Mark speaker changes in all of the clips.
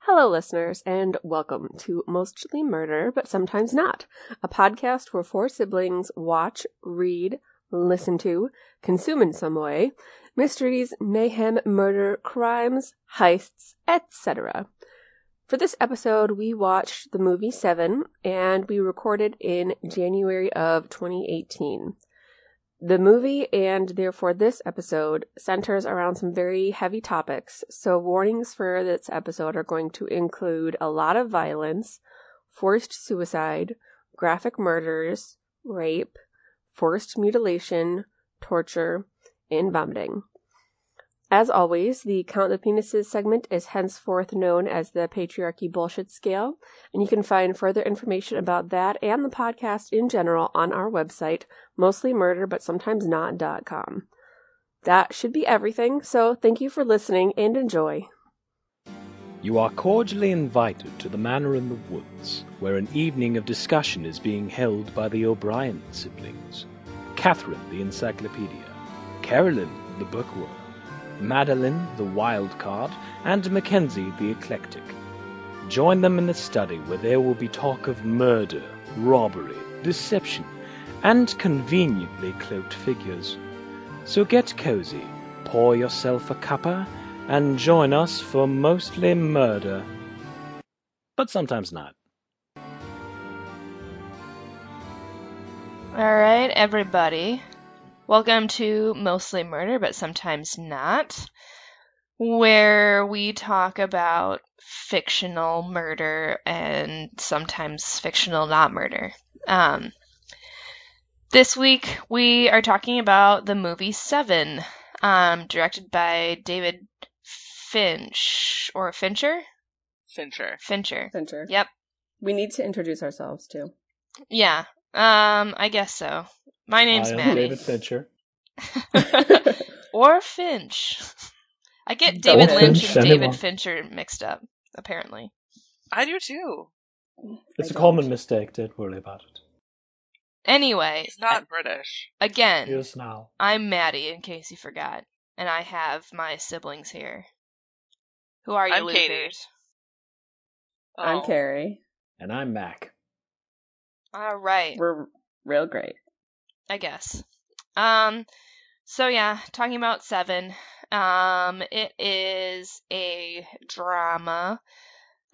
Speaker 1: Hello, listeners, and welcome to Mostly Murder, but Sometimes Not, a podcast where four siblings watch, read, listen to, consume in some way mysteries, mayhem, murder, crimes, heists, etc. For this episode, we watched the movie Seven, and we recorded in January of 2018. The movie, and therefore this episode, centers around some very heavy topics, so warnings for this episode are going to include a lot of violence, forced suicide, graphic murders, rape, forced mutilation, torture, and vomiting. As always, the Count the Penises segment is henceforth known as the Patriarchy Bullshit Scale, and you can find further information about that and the podcast in general on our website, mostlymurderbutsometimes.not.com. That should be everything, so thank you for listening and enjoy.
Speaker 2: You are cordially invited to the Manor in the Woods, where an evening of discussion is being held by the O'Brien siblings Catherine, the Encyclopedia, Carolyn, the Bookworm, Madeline, the Wild Card, and Mackenzie, the Eclectic. Join them in the study where there will be talk of murder, robbery, deception, and conveniently cloaked figures. So get cozy, pour yourself a cuppa, and join us for mostly murder. But sometimes not.
Speaker 3: All right, everybody. Welcome to Mostly Murder, but Sometimes Not, where we talk about fictional murder and sometimes fictional not murder. Um, this week, we are talking about the movie Seven, um, directed by David Finch, or Fincher?
Speaker 4: Fincher.
Speaker 3: Fincher.
Speaker 1: Center.
Speaker 3: Yep.
Speaker 1: We need to introduce ourselves too.
Speaker 3: Yeah. Um, I guess so. My name's
Speaker 2: I am
Speaker 3: Maddie.
Speaker 2: David Fincher.
Speaker 3: or Finch. I get
Speaker 1: Or
Speaker 3: David Lynch
Speaker 2: Finch,
Speaker 3: and
Speaker 2: send him
Speaker 3: David
Speaker 2: on.
Speaker 3: Fincher mixed up, apparently.
Speaker 4: I do too.
Speaker 2: It's
Speaker 1: I
Speaker 2: a
Speaker 1: don't.
Speaker 2: common mistake, don't worry about it.
Speaker 3: Anyway,
Speaker 4: He's not British.
Speaker 3: again,
Speaker 2: Here's now.
Speaker 3: I'm Maddie, in case you forgot, and I have my siblings here. Who are you,
Speaker 4: I'm
Speaker 3: losers?
Speaker 4: Katie.
Speaker 5: I'm
Speaker 4: Oh.
Speaker 5: Carrie.
Speaker 2: And I'm Mac.
Speaker 3: All right,
Speaker 5: We're real great.
Speaker 3: I guess. Um, so yeah, talking about Seven. Um, it is a drama.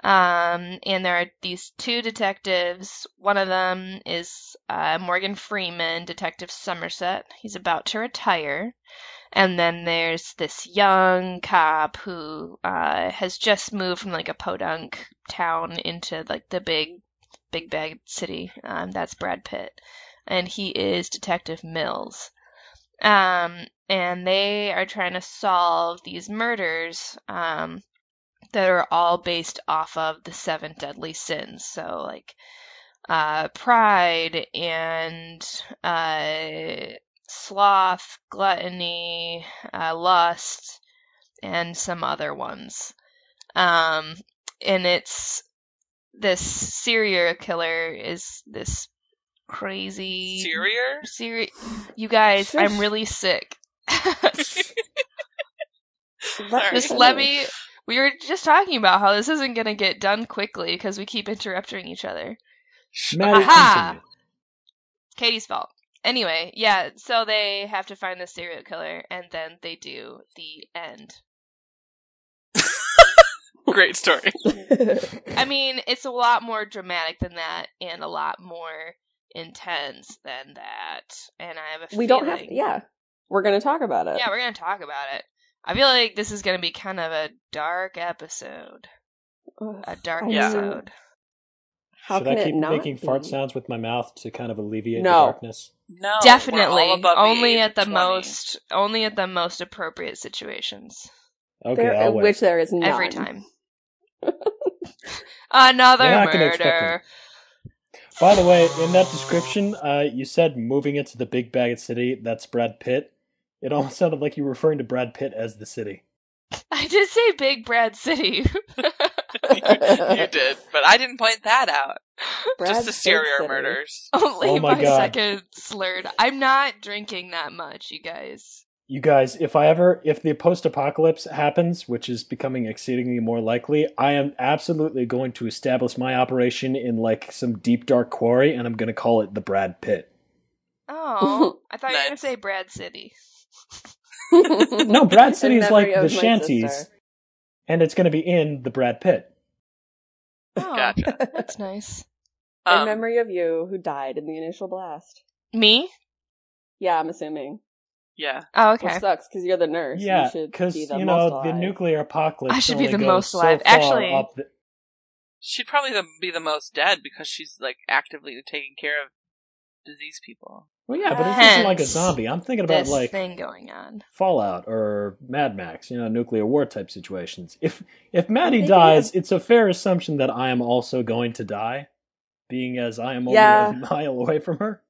Speaker 3: Um, and there are these two detectives. One of them is uh, Morgan Freeman, Detective Somerset. He's about to retire. And then there's this young cop who uh, has just moved from like a podunk town into like the big, big bad city. Um, that's Brad Pitt and he is Detective Mills. Um, and they are trying to solve these murders um, that are all based off of the seven deadly sins. So, like, uh, pride and uh, sloth, gluttony, uh, lust, and some other ones. Um, and it's this serial killer is this crazy
Speaker 4: Syrier?
Speaker 3: Seri- you guys,
Speaker 5: Shush.
Speaker 3: I'm really sick.
Speaker 4: Sorry.
Speaker 3: Miss Levy, we were just talking about how this isn't going to get done quickly because we keep interrupting each other.
Speaker 2: Maddie,
Speaker 3: Aha!
Speaker 2: continue.
Speaker 3: Katie's fault. Anyway, yeah, so they have to find the serial killer, and then they do the end.
Speaker 4: Great story.
Speaker 3: I mean, it's a lot more dramatic than that, and a lot more intense than that. And I have a
Speaker 5: we don't have
Speaker 3: feeling-
Speaker 5: yeah. We're gonna talk about it.
Speaker 3: Yeah, we're gonna talk about it. I feel like this is gonna be kind of a dark episode.
Speaker 5: Ugh,
Speaker 3: A dark
Speaker 5: I mean,
Speaker 3: episode.
Speaker 5: How
Speaker 2: Should
Speaker 5: can
Speaker 2: I keep
Speaker 5: it not
Speaker 2: making fart
Speaker 5: be?
Speaker 2: sounds with my mouth to kind of alleviate
Speaker 5: No.
Speaker 2: the darkness?
Speaker 4: No. we're Oh, all
Speaker 3: Definitely.
Speaker 4: above the
Speaker 3: Only
Speaker 4: age
Speaker 3: at
Speaker 4: of
Speaker 3: the
Speaker 4: 20.
Speaker 3: most only at the most appropriate situations.
Speaker 2: Okay,
Speaker 5: There,
Speaker 2: I'll
Speaker 5: in
Speaker 2: wait.
Speaker 5: which there is none.
Speaker 3: Every time. Another
Speaker 2: You're not gonna expect
Speaker 3: murder.
Speaker 2: By the way, in that description, uh, you said moving into the big bag city. That's Brad Pitt. It almost sounded like you were referring to Brad Pitt as the city.
Speaker 3: I did say Big Brad City.
Speaker 4: you did, but I didn't point that out.
Speaker 5: Brad
Speaker 4: Just the
Speaker 5: Pitt
Speaker 4: Syrier
Speaker 5: City.
Speaker 4: murders.
Speaker 3: Only
Speaker 2: Oh my
Speaker 3: my,
Speaker 2: God.
Speaker 3: second slurred. I'm not drinking that much, you guys.
Speaker 6: You guys, if I ever, if the post apocalypse happens, which is becoming exceedingly more likely, I am absolutely going to establish my operation in like some deep dark quarry and I'm going to call it the Brad Pitt.
Speaker 3: Oh, I thought you were gonna
Speaker 4: Nice.
Speaker 3: say Brad City.
Speaker 6: No, Brad City
Speaker 1: In
Speaker 6: is
Speaker 1: memory
Speaker 6: like
Speaker 1: of
Speaker 6: the
Speaker 1: my
Speaker 6: shanties
Speaker 1: sister.
Speaker 6: and it's going to be in the Brad Pitt.
Speaker 3: Oh,
Speaker 4: Gotcha.
Speaker 3: that's nice.
Speaker 1: In
Speaker 4: Um,
Speaker 1: memory of you who died in the initial blast.
Speaker 3: Me?
Speaker 1: Yeah, I'm assuming.
Speaker 4: yeah.
Speaker 3: Oh, okay.
Speaker 1: Which sucks because you're the nurse.
Speaker 6: yeah,
Speaker 1: you should
Speaker 6: because,
Speaker 1: be
Speaker 6: you,
Speaker 1: the most
Speaker 6: know, the
Speaker 1: alive.
Speaker 6: nuclear apocalypse
Speaker 3: I should be
Speaker 6: only
Speaker 3: the
Speaker 6: goes
Speaker 3: most
Speaker 6: so
Speaker 3: alive.
Speaker 6: far
Speaker 3: Actually-
Speaker 6: up the-
Speaker 4: She'd probably the- be the most dead because she's like actively taking care of disease people.
Speaker 6: well, yeah, but it's just like a
Speaker 3: Hence
Speaker 6: zombie. I'm thinking about
Speaker 3: This
Speaker 6: like
Speaker 3: thing going on.
Speaker 6: Fallout or Mad Max, you know, nuclear war type situations. If if Maddie
Speaker 1: thinking
Speaker 6: dies, it's a fair assumption that I am also going to die, being as I am only
Speaker 1: Yeah.
Speaker 6: a mile away from her.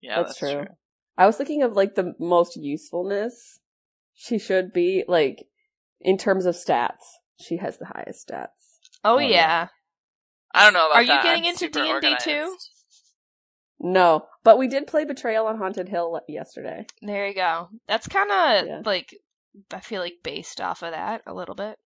Speaker 4: Yeah,
Speaker 1: that's, true. I was thinking of like the most usefulness she should be like in terms of stats. She has the highest stats.
Speaker 3: Oh,
Speaker 6: Oh,
Speaker 3: yeah.
Speaker 6: yeah.
Speaker 4: I don't know about
Speaker 3: Are you
Speaker 4: that.
Speaker 3: getting
Speaker 4: I'm
Speaker 3: into
Speaker 4: super
Speaker 3: D&D
Speaker 4: organized.
Speaker 3: too?
Speaker 1: No, but we did play Betrayal on Haunted Hill le- yesterday.
Speaker 3: There you go. That's kind of
Speaker 1: Yeah.
Speaker 3: like I feel like based off of that a little bit.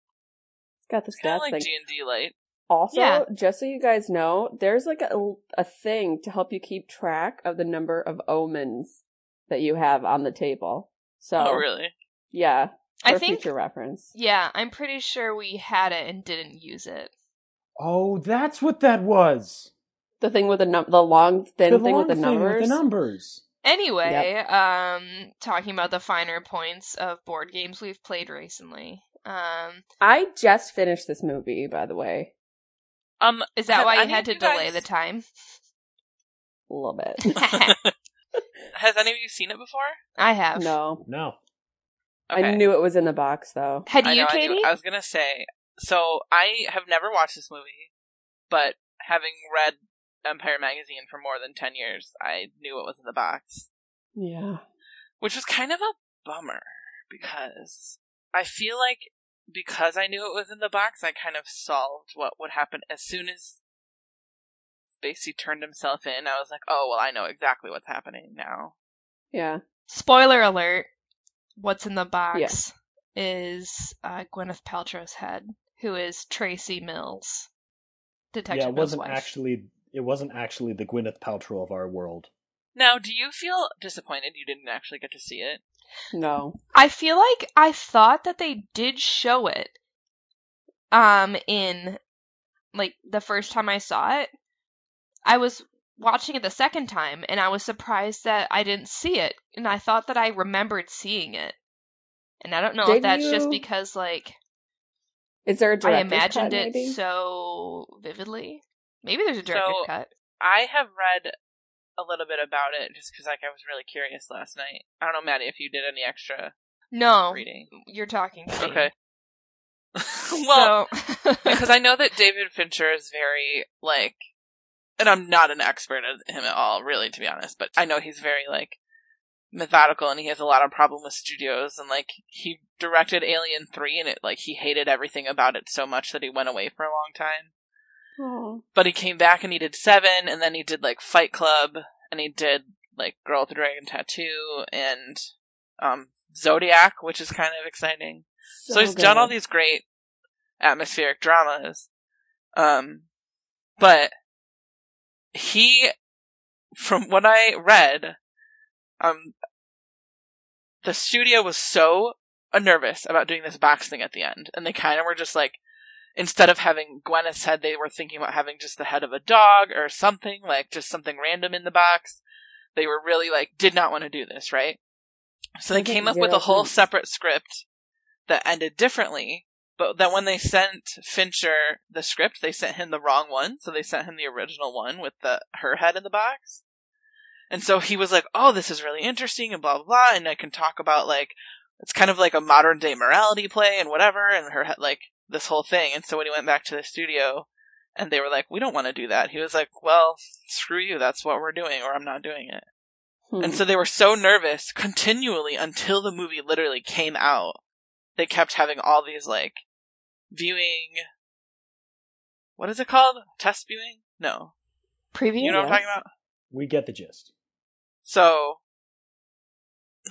Speaker 1: It's got the
Speaker 4: It's kind
Speaker 1: stats
Speaker 4: of like
Speaker 1: thing.
Speaker 4: D&D light.
Speaker 1: Also,
Speaker 3: Yeah.
Speaker 1: just so you guys know, there's like a, a thing to help you keep track of the number of omens that you have on the table. So,
Speaker 4: Oh, really?
Speaker 1: yeah, for
Speaker 3: I think
Speaker 1: future reference.
Speaker 3: yeah, I'm pretty sure we had it and didn't use it.
Speaker 6: Oh, that's what that was.
Speaker 1: The thing with the num- the long thin thing
Speaker 6: long
Speaker 1: with the numbers.
Speaker 6: the numbers.
Speaker 3: Anyway, um talking about the finer points of board games we've played recently. Um
Speaker 1: I just finished this movie, by the way,
Speaker 4: Um,
Speaker 3: is that
Speaker 4: Have
Speaker 3: why you
Speaker 4: any
Speaker 3: had
Speaker 4: of
Speaker 3: to
Speaker 4: you
Speaker 3: delay
Speaker 4: guys-
Speaker 3: the time?
Speaker 1: a little bit.
Speaker 4: has any of you seen it before?
Speaker 3: I have.
Speaker 1: no,
Speaker 6: No.
Speaker 1: I knew it was in the box though.
Speaker 3: Had
Speaker 4: I
Speaker 3: you,
Speaker 4: know, I knew-
Speaker 3: Katie?
Speaker 4: I was gonna say. So I have never watched this movie, but having read Empire magazine for more than ten years, I knew what was in the box,
Speaker 1: Yeah,
Speaker 4: which was kind of a bummer because I feel like because I knew it was in the box, I kind of solved what would happen as soon as Spacey turned himself in. I was like, oh well, I know exactly what's happening now.
Speaker 1: yeah.
Speaker 3: Spoiler alert. What's in the box is uh, Gwyneth Paltrow's head, who is Tracy Mills. Detective
Speaker 6: yeah, it
Speaker 3: Mills'
Speaker 6: wasn't
Speaker 3: wife.
Speaker 6: actually it wasn't actually the Gwyneth Paltrow of our world.
Speaker 4: Now, do you feel disappointed you didn't actually get to see it?
Speaker 1: No,
Speaker 3: I feel like I thought that they did show it um in like the first time I saw it. I was watching it the second time and I was surprised that I didn't see it and I thought that I remembered seeing it. And I don't know if
Speaker 1: Did
Speaker 3: that's just
Speaker 1: you-
Speaker 3: because like
Speaker 1: is there a
Speaker 3: I
Speaker 1: director's
Speaker 3: imagined
Speaker 1: cut,
Speaker 3: it
Speaker 1: maybe?
Speaker 3: so vividly. Maybe there's a director's
Speaker 4: So-
Speaker 3: cut.
Speaker 4: I have read a little bit about it just because, like, I was really curious last night. I don't know, Maddie, if you did any extra
Speaker 3: No,
Speaker 4: reading.
Speaker 3: you're talking. to me.
Speaker 4: Okay. well,
Speaker 3: So-
Speaker 4: because I know that David Fincher is very like, and I'm not an expert at him at all, really, to be honest. But I know he's very like methodical, and he has a lot of problem with studios. And like, he directed Alien Three, and it like he hated everything about it so much that he went away for a long time.
Speaker 1: Oh,
Speaker 4: But he came back and he did Seven, and then he did like Fight Club, and he did like Girl with the Dragon Tattoo, and um Zodiac, which is kind of exciting. So, he's done all
Speaker 1: good.
Speaker 4: these great atmospheric dramas. Um, but he, from what I read, um, the studio was so uh, nervous about doing this box thing at the end, and they kind of were just like, instead of having Gwyneth's head, they were thinking about having just the head of a dog or something, like just something random in the box. They were really like, did not want to do this, right? So they
Speaker 1: That makes
Speaker 4: came up with
Speaker 1: zero
Speaker 4: a whole
Speaker 1: sense.
Speaker 4: separate script that ended differently, but then when they sent Fincher the script, they sent him the wrong one, so they sent him the original one with the her head in the box. And so he was like, "Oh, this is really interesting," and blah blah blah, and I can talk about like it's kind of like a modern day morality play and whatever, and her head, like this whole thing. And so when he went back to the studio, and they were like, "We don't want to do that," he was like, "Well, screw you, that's what we're doing, or I'm not doing it."
Speaker 1: Hmm.
Speaker 4: And so they were so nervous continually until the movie literally came out. They kept having all these like viewing what is it called? Test viewing? No.
Speaker 3: Preview.
Speaker 4: You know what I'm
Speaker 1: Yes.
Speaker 4: talking about?
Speaker 6: We get the gist.
Speaker 4: So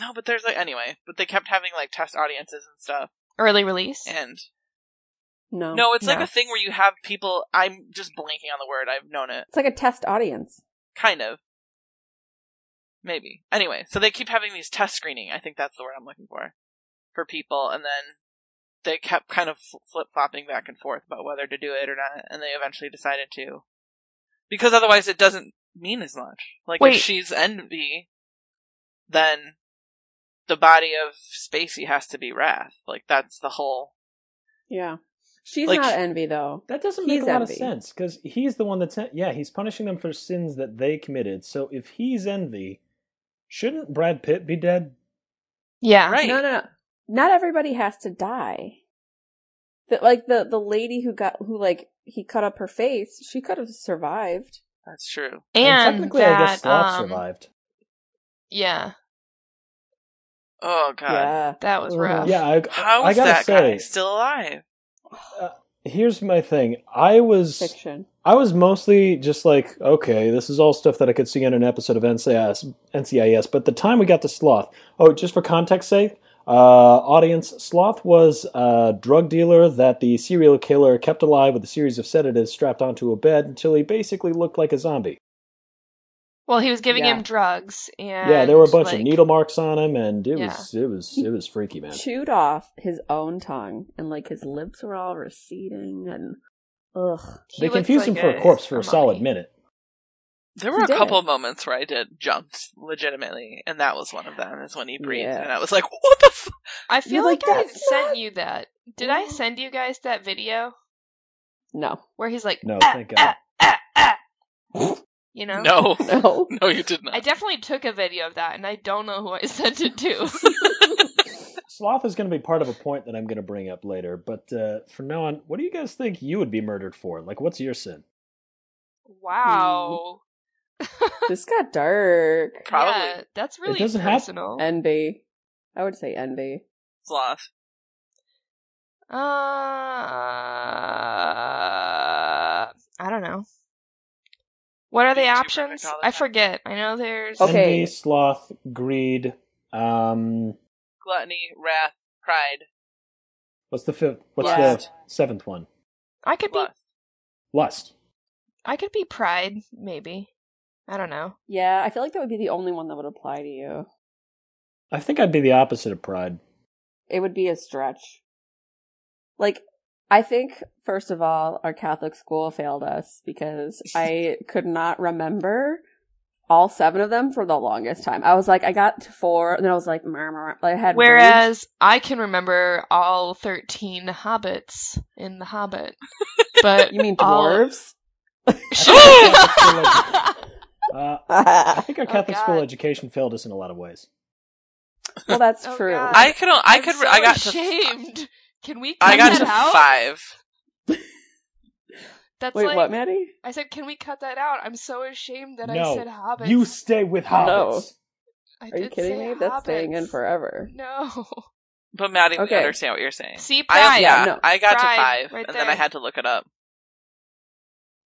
Speaker 4: No, but there's like anyway, but they kept having like test audiences and stuff.
Speaker 3: Early release.
Speaker 4: And
Speaker 1: No.
Speaker 4: no, it's like
Speaker 3: No.
Speaker 4: a thing where you have people. I'm just blanking on the word. I've known it.
Speaker 1: It's like a test audience.
Speaker 4: kind of maybe anyway so they keep having these test screening i think that's the word i'm looking for for people and then they kept kind of flip-flopping back and forth about whether to do it or not and they eventually decided to because otherwise it doesn't mean as much like
Speaker 3: Wait.
Speaker 4: if she's envy then the body of spacey has to be wrath like that's the whole
Speaker 1: Yeah. She's
Speaker 4: Like-
Speaker 1: not envy though.
Speaker 2: That doesn't make
Speaker 1: He's
Speaker 2: a lot
Speaker 1: envy.
Speaker 2: of sense because he's the one that's en- yeah he's punishing them for sins that they committed. So if he's envy, shouldn't Brad Pitt be dead?
Speaker 3: Yeah.
Speaker 4: right
Speaker 1: No, no, no. Not everybody has to die. The, like the the lady who got who like he cut up her face, she could have survived.
Speaker 4: that's true
Speaker 3: And,
Speaker 2: technically,
Speaker 3: that,
Speaker 2: I guess Sloth
Speaker 3: um,
Speaker 2: survived.
Speaker 3: Yeah,
Speaker 4: oh god
Speaker 1: Yeah.
Speaker 3: that was rough.
Speaker 2: Uh, Yeah, I,
Speaker 4: how
Speaker 2: I
Speaker 4: is
Speaker 2: gotta
Speaker 4: that
Speaker 2: say,
Speaker 4: guy still alive
Speaker 2: here's my thing. I was
Speaker 1: Fiction.
Speaker 2: I was mostly just like, okay, this is all stuff that I could see in an episode of NCIS. NCIS. But the time we got to Sloth, oh, just for context sake, uh, audience, Sloth was a drug dealer that the serial killer kept alive with a series of sedatives strapped onto a bed until he basically looked like a zombie.
Speaker 3: Well, he was giving
Speaker 1: Yeah.
Speaker 3: him drugs, and
Speaker 2: yeah, there were a bunch
Speaker 3: like,
Speaker 2: of needle marks on him, and it was it was it was freaky, man.
Speaker 1: Chewed off his own tongue and like his lips were all receding and ugh.
Speaker 3: he
Speaker 2: They
Speaker 3: looked
Speaker 2: confused
Speaker 3: like
Speaker 2: him for a corpse for a solid
Speaker 3: mummy.
Speaker 2: minute.
Speaker 4: There were
Speaker 1: He
Speaker 4: a
Speaker 1: did.
Speaker 4: couple moments where I did jumped legitimately, and that was one of them. Is when he breathed,
Speaker 1: Yeah.
Speaker 4: and I was like, "What the?" F-?
Speaker 3: I feel
Speaker 1: You're
Speaker 3: like,
Speaker 1: like,
Speaker 3: I
Speaker 1: "That's
Speaker 3: sent
Speaker 1: not-
Speaker 3: you that. Did I
Speaker 1: Yeah.
Speaker 3: send you guys that video
Speaker 1: No.
Speaker 3: where he's like,
Speaker 2: No,
Speaker 3: "Ah,
Speaker 2: thank God.
Speaker 3: ah, ah, ah," you know?
Speaker 4: No,
Speaker 1: No.
Speaker 4: no, you did not.
Speaker 3: I definitely took a video of that, and I don't know who I sent it to.
Speaker 2: Sloth is going to be part of a point that I'm going to bring up later, but uh, from now on, what do you guys think you would be murdered for? Like, what's your sin?
Speaker 3: wow,
Speaker 1: this got dark.
Speaker 4: Probably
Speaker 3: yeah, that's really
Speaker 2: doesn't have-
Speaker 3: personal.
Speaker 1: Envy. I would say envy.
Speaker 4: sloth.
Speaker 3: Uh, I don't know. What are the
Speaker 4: Being too
Speaker 3: options?
Speaker 4: perfect all the
Speaker 3: I
Speaker 4: time.
Speaker 3: forget. I know there's.
Speaker 1: Okay.
Speaker 2: Envy, sloth, greed. Um,
Speaker 4: gluttony, wrath, pride,
Speaker 2: what's the fifth? What's
Speaker 1: Lust.
Speaker 2: the seventh one?
Speaker 3: I could be.
Speaker 4: lust.
Speaker 2: Lust.
Speaker 3: I could be pride. Maybe. I don't know.
Speaker 1: Yeah, I feel like that would be the only one that would apply to you.
Speaker 2: I think I'd be the opposite of pride.
Speaker 1: It would be a stretch. Like, I think, first of all, our Catholic school failed us because I could not remember all seven of them for the longest time. I was like, I got to four, and then I was like, murmur. Like, I had rage.
Speaker 3: Whereas I can remember all thirteen hobbits in the Hobbit, but
Speaker 1: You mean
Speaker 3: all-
Speaker 1: dwarves?
Speaker 2: Uh, I
Speaker 1: well,
Speaker 2: think our
Speaker 3: Oh,
Speaker 2: Catholic school
Speaker 3: God.
Speaker 2: education failed us in a lot of ways.
Speaker 1: that's
Speaker 3: Oh,
Speaker 1: true.
Speaker 3: God.
Speaker 4: I could. o- I
Speaker 3: I'm
Speaker 4: could.
Speaker 3: so
Speaker 4: I got to.
Speaker 3: ashamed. Can we cut
Speaker 4: I got
Speaker 3: that
Speaker 4: to
Speaker 3: out?
Speaker 4: five.
Speaker 3: That's
Speaker 1: Wait,
Speaker 3: like
Speaker 1: what, Maddie?
Speaker 3: I said, can we cut that out? I'm so ashamed that I
Speaker 2: No,
Speaker 3: said hobbits.
Speaker 2: You stay with hobbits.
Speaker 3: I
Speaker 1: Are you
Speaker 3: did
Speaker 1: kidding
Speaker 3: say
Speaker 1: me? That's staying in
Speaker 3: hobbits.
Speaker 1: forever.
Speaker 3: No.
Speaker 4: But Maddie, we
Speaker 1: Okay.
Speaker 4: understand what you're saying.
Speaker 3: See,
Speaker 4: I,
Speaker 3: pride.
Speaker 4: yeah,
Speaker 1: no.
Speaker 4: I got
Speaker 3: Pride,
Speaker 4: to five,
Speaker 3: right
Speaker 4: and then I
Speaker 3: there.
Speaker 4: had to look it up.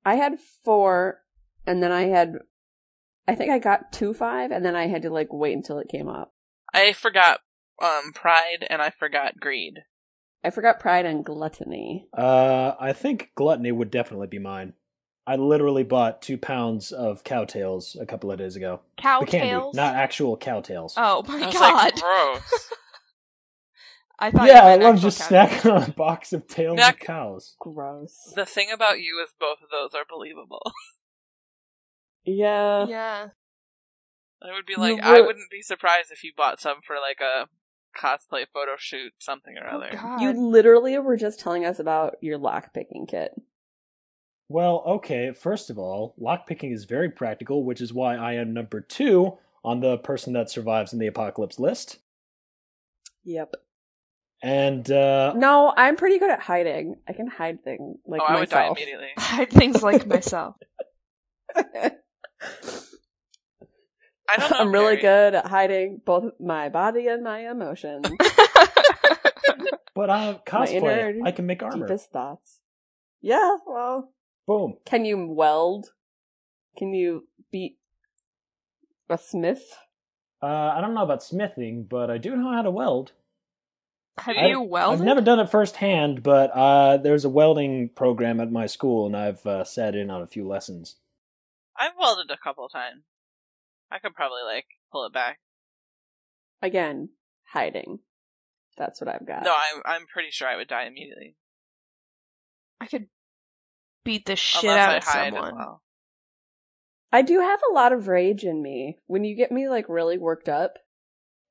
Speaker 1: I had four, and then I had, I think I got two five, and then I had to like wait until it came up.
Speaker 4: I forgot um pride, and I forgot greed.
Speaker 1: I forgot pride and gluttony.
Speaker 2: Uh, I think gluttony would definitely be mine. I literally bought two pounds of cow tails a couple of days ago.
Speaker 3: Cow
Speaker 2: the candy,
Speaker 3: tails.
Speaker 2: not actual cow tails.
Speaker 3: oh
Speaker 4: I
Speaker 3: my
Speaker 4: was
Speaker 3: god.
Speaker 4: like, gross.
Speaker 3: I thought
Speaker 2: yeah,
Speaker 3: you
Speaker 2: I
Speaker 3: meant
Speaker 2: love
Speaker 3: actual
Speaker 2: just
Speaker 3: cow
Speaker 2: snacking
Speaker 3: tails.
Speaker 2: on a box of tails
Speaker 4: Snack-
Speaker 2: of cows.
Speaker 1: Gross.
Speaker 4: the thing about you is both of those are believable.
Speaker 1: Yeah.
Speaker 3: Yeah.
Speaker 4: I would be
Speaker 1: You
Speaker 4: like, I
Speaker 1: would-
Speaker 4: wouldn't be surprised if you bought some for like a cosplay photo shoot, something or
Speaker 3: Oh
Speaker 4: other.
Speaker 3: god.
Speaker 1: You literally were just telling us about your lock picking kit.
Speaker 2: Well, okay, first of all, lockpicking is very practical, which is why I am number two on the person that survives in the apocalypse list.
Speaker 1: Yep.
Speaker 2: And uh,
Speaker 1: No, I'm pretty good at hiding. I can hide things like
Speaker 4: oh, I would die
Speaker 1: myself.
Speaker 4: immediately.
Speaker 3: Hide things like myself.
Speaker 4: I don't know.
Speaker 1: I'm really
Speaker 4: Carrie.
Speaker 1: good at hiding both my body and my emotions,
Speaker 2: but I cosplay,
Speaker 1: inner
Speaker 2: I can make armor.
Speaker 1: deepest thoughts. Yeah. Well,
Speaker 2: Boom.
Speaker 1: Can you weld? Can you beat a smith?
Speaker 2: Uh, I don't know about smithing, but I do know how to weld.
Speaker 3: Have
Speaker 2: I-
Speaker 3: you welded?
Speaker 2: I've never done it firsthand, but uh, there's a welding program at my school, and I've uh, sat in on a few lessons.
Speaker 4: I've welded a couple times. I could probably like pull it back.
Speaker 1: Again, hiding. That's what I've got.
Speaker 4: No, I'm I'm pretty sure I would die immediately
Speaker 3: I could beat the shit
Speaker 4: unless
Speaker 3: out
Speaker 4: I
Speaker 3: of
Speaker 4: hide as
Speaker 3: someone.
Speaker 4: well.
Speaker 1: I do have a lot of rage in me. When you get me like really worked up,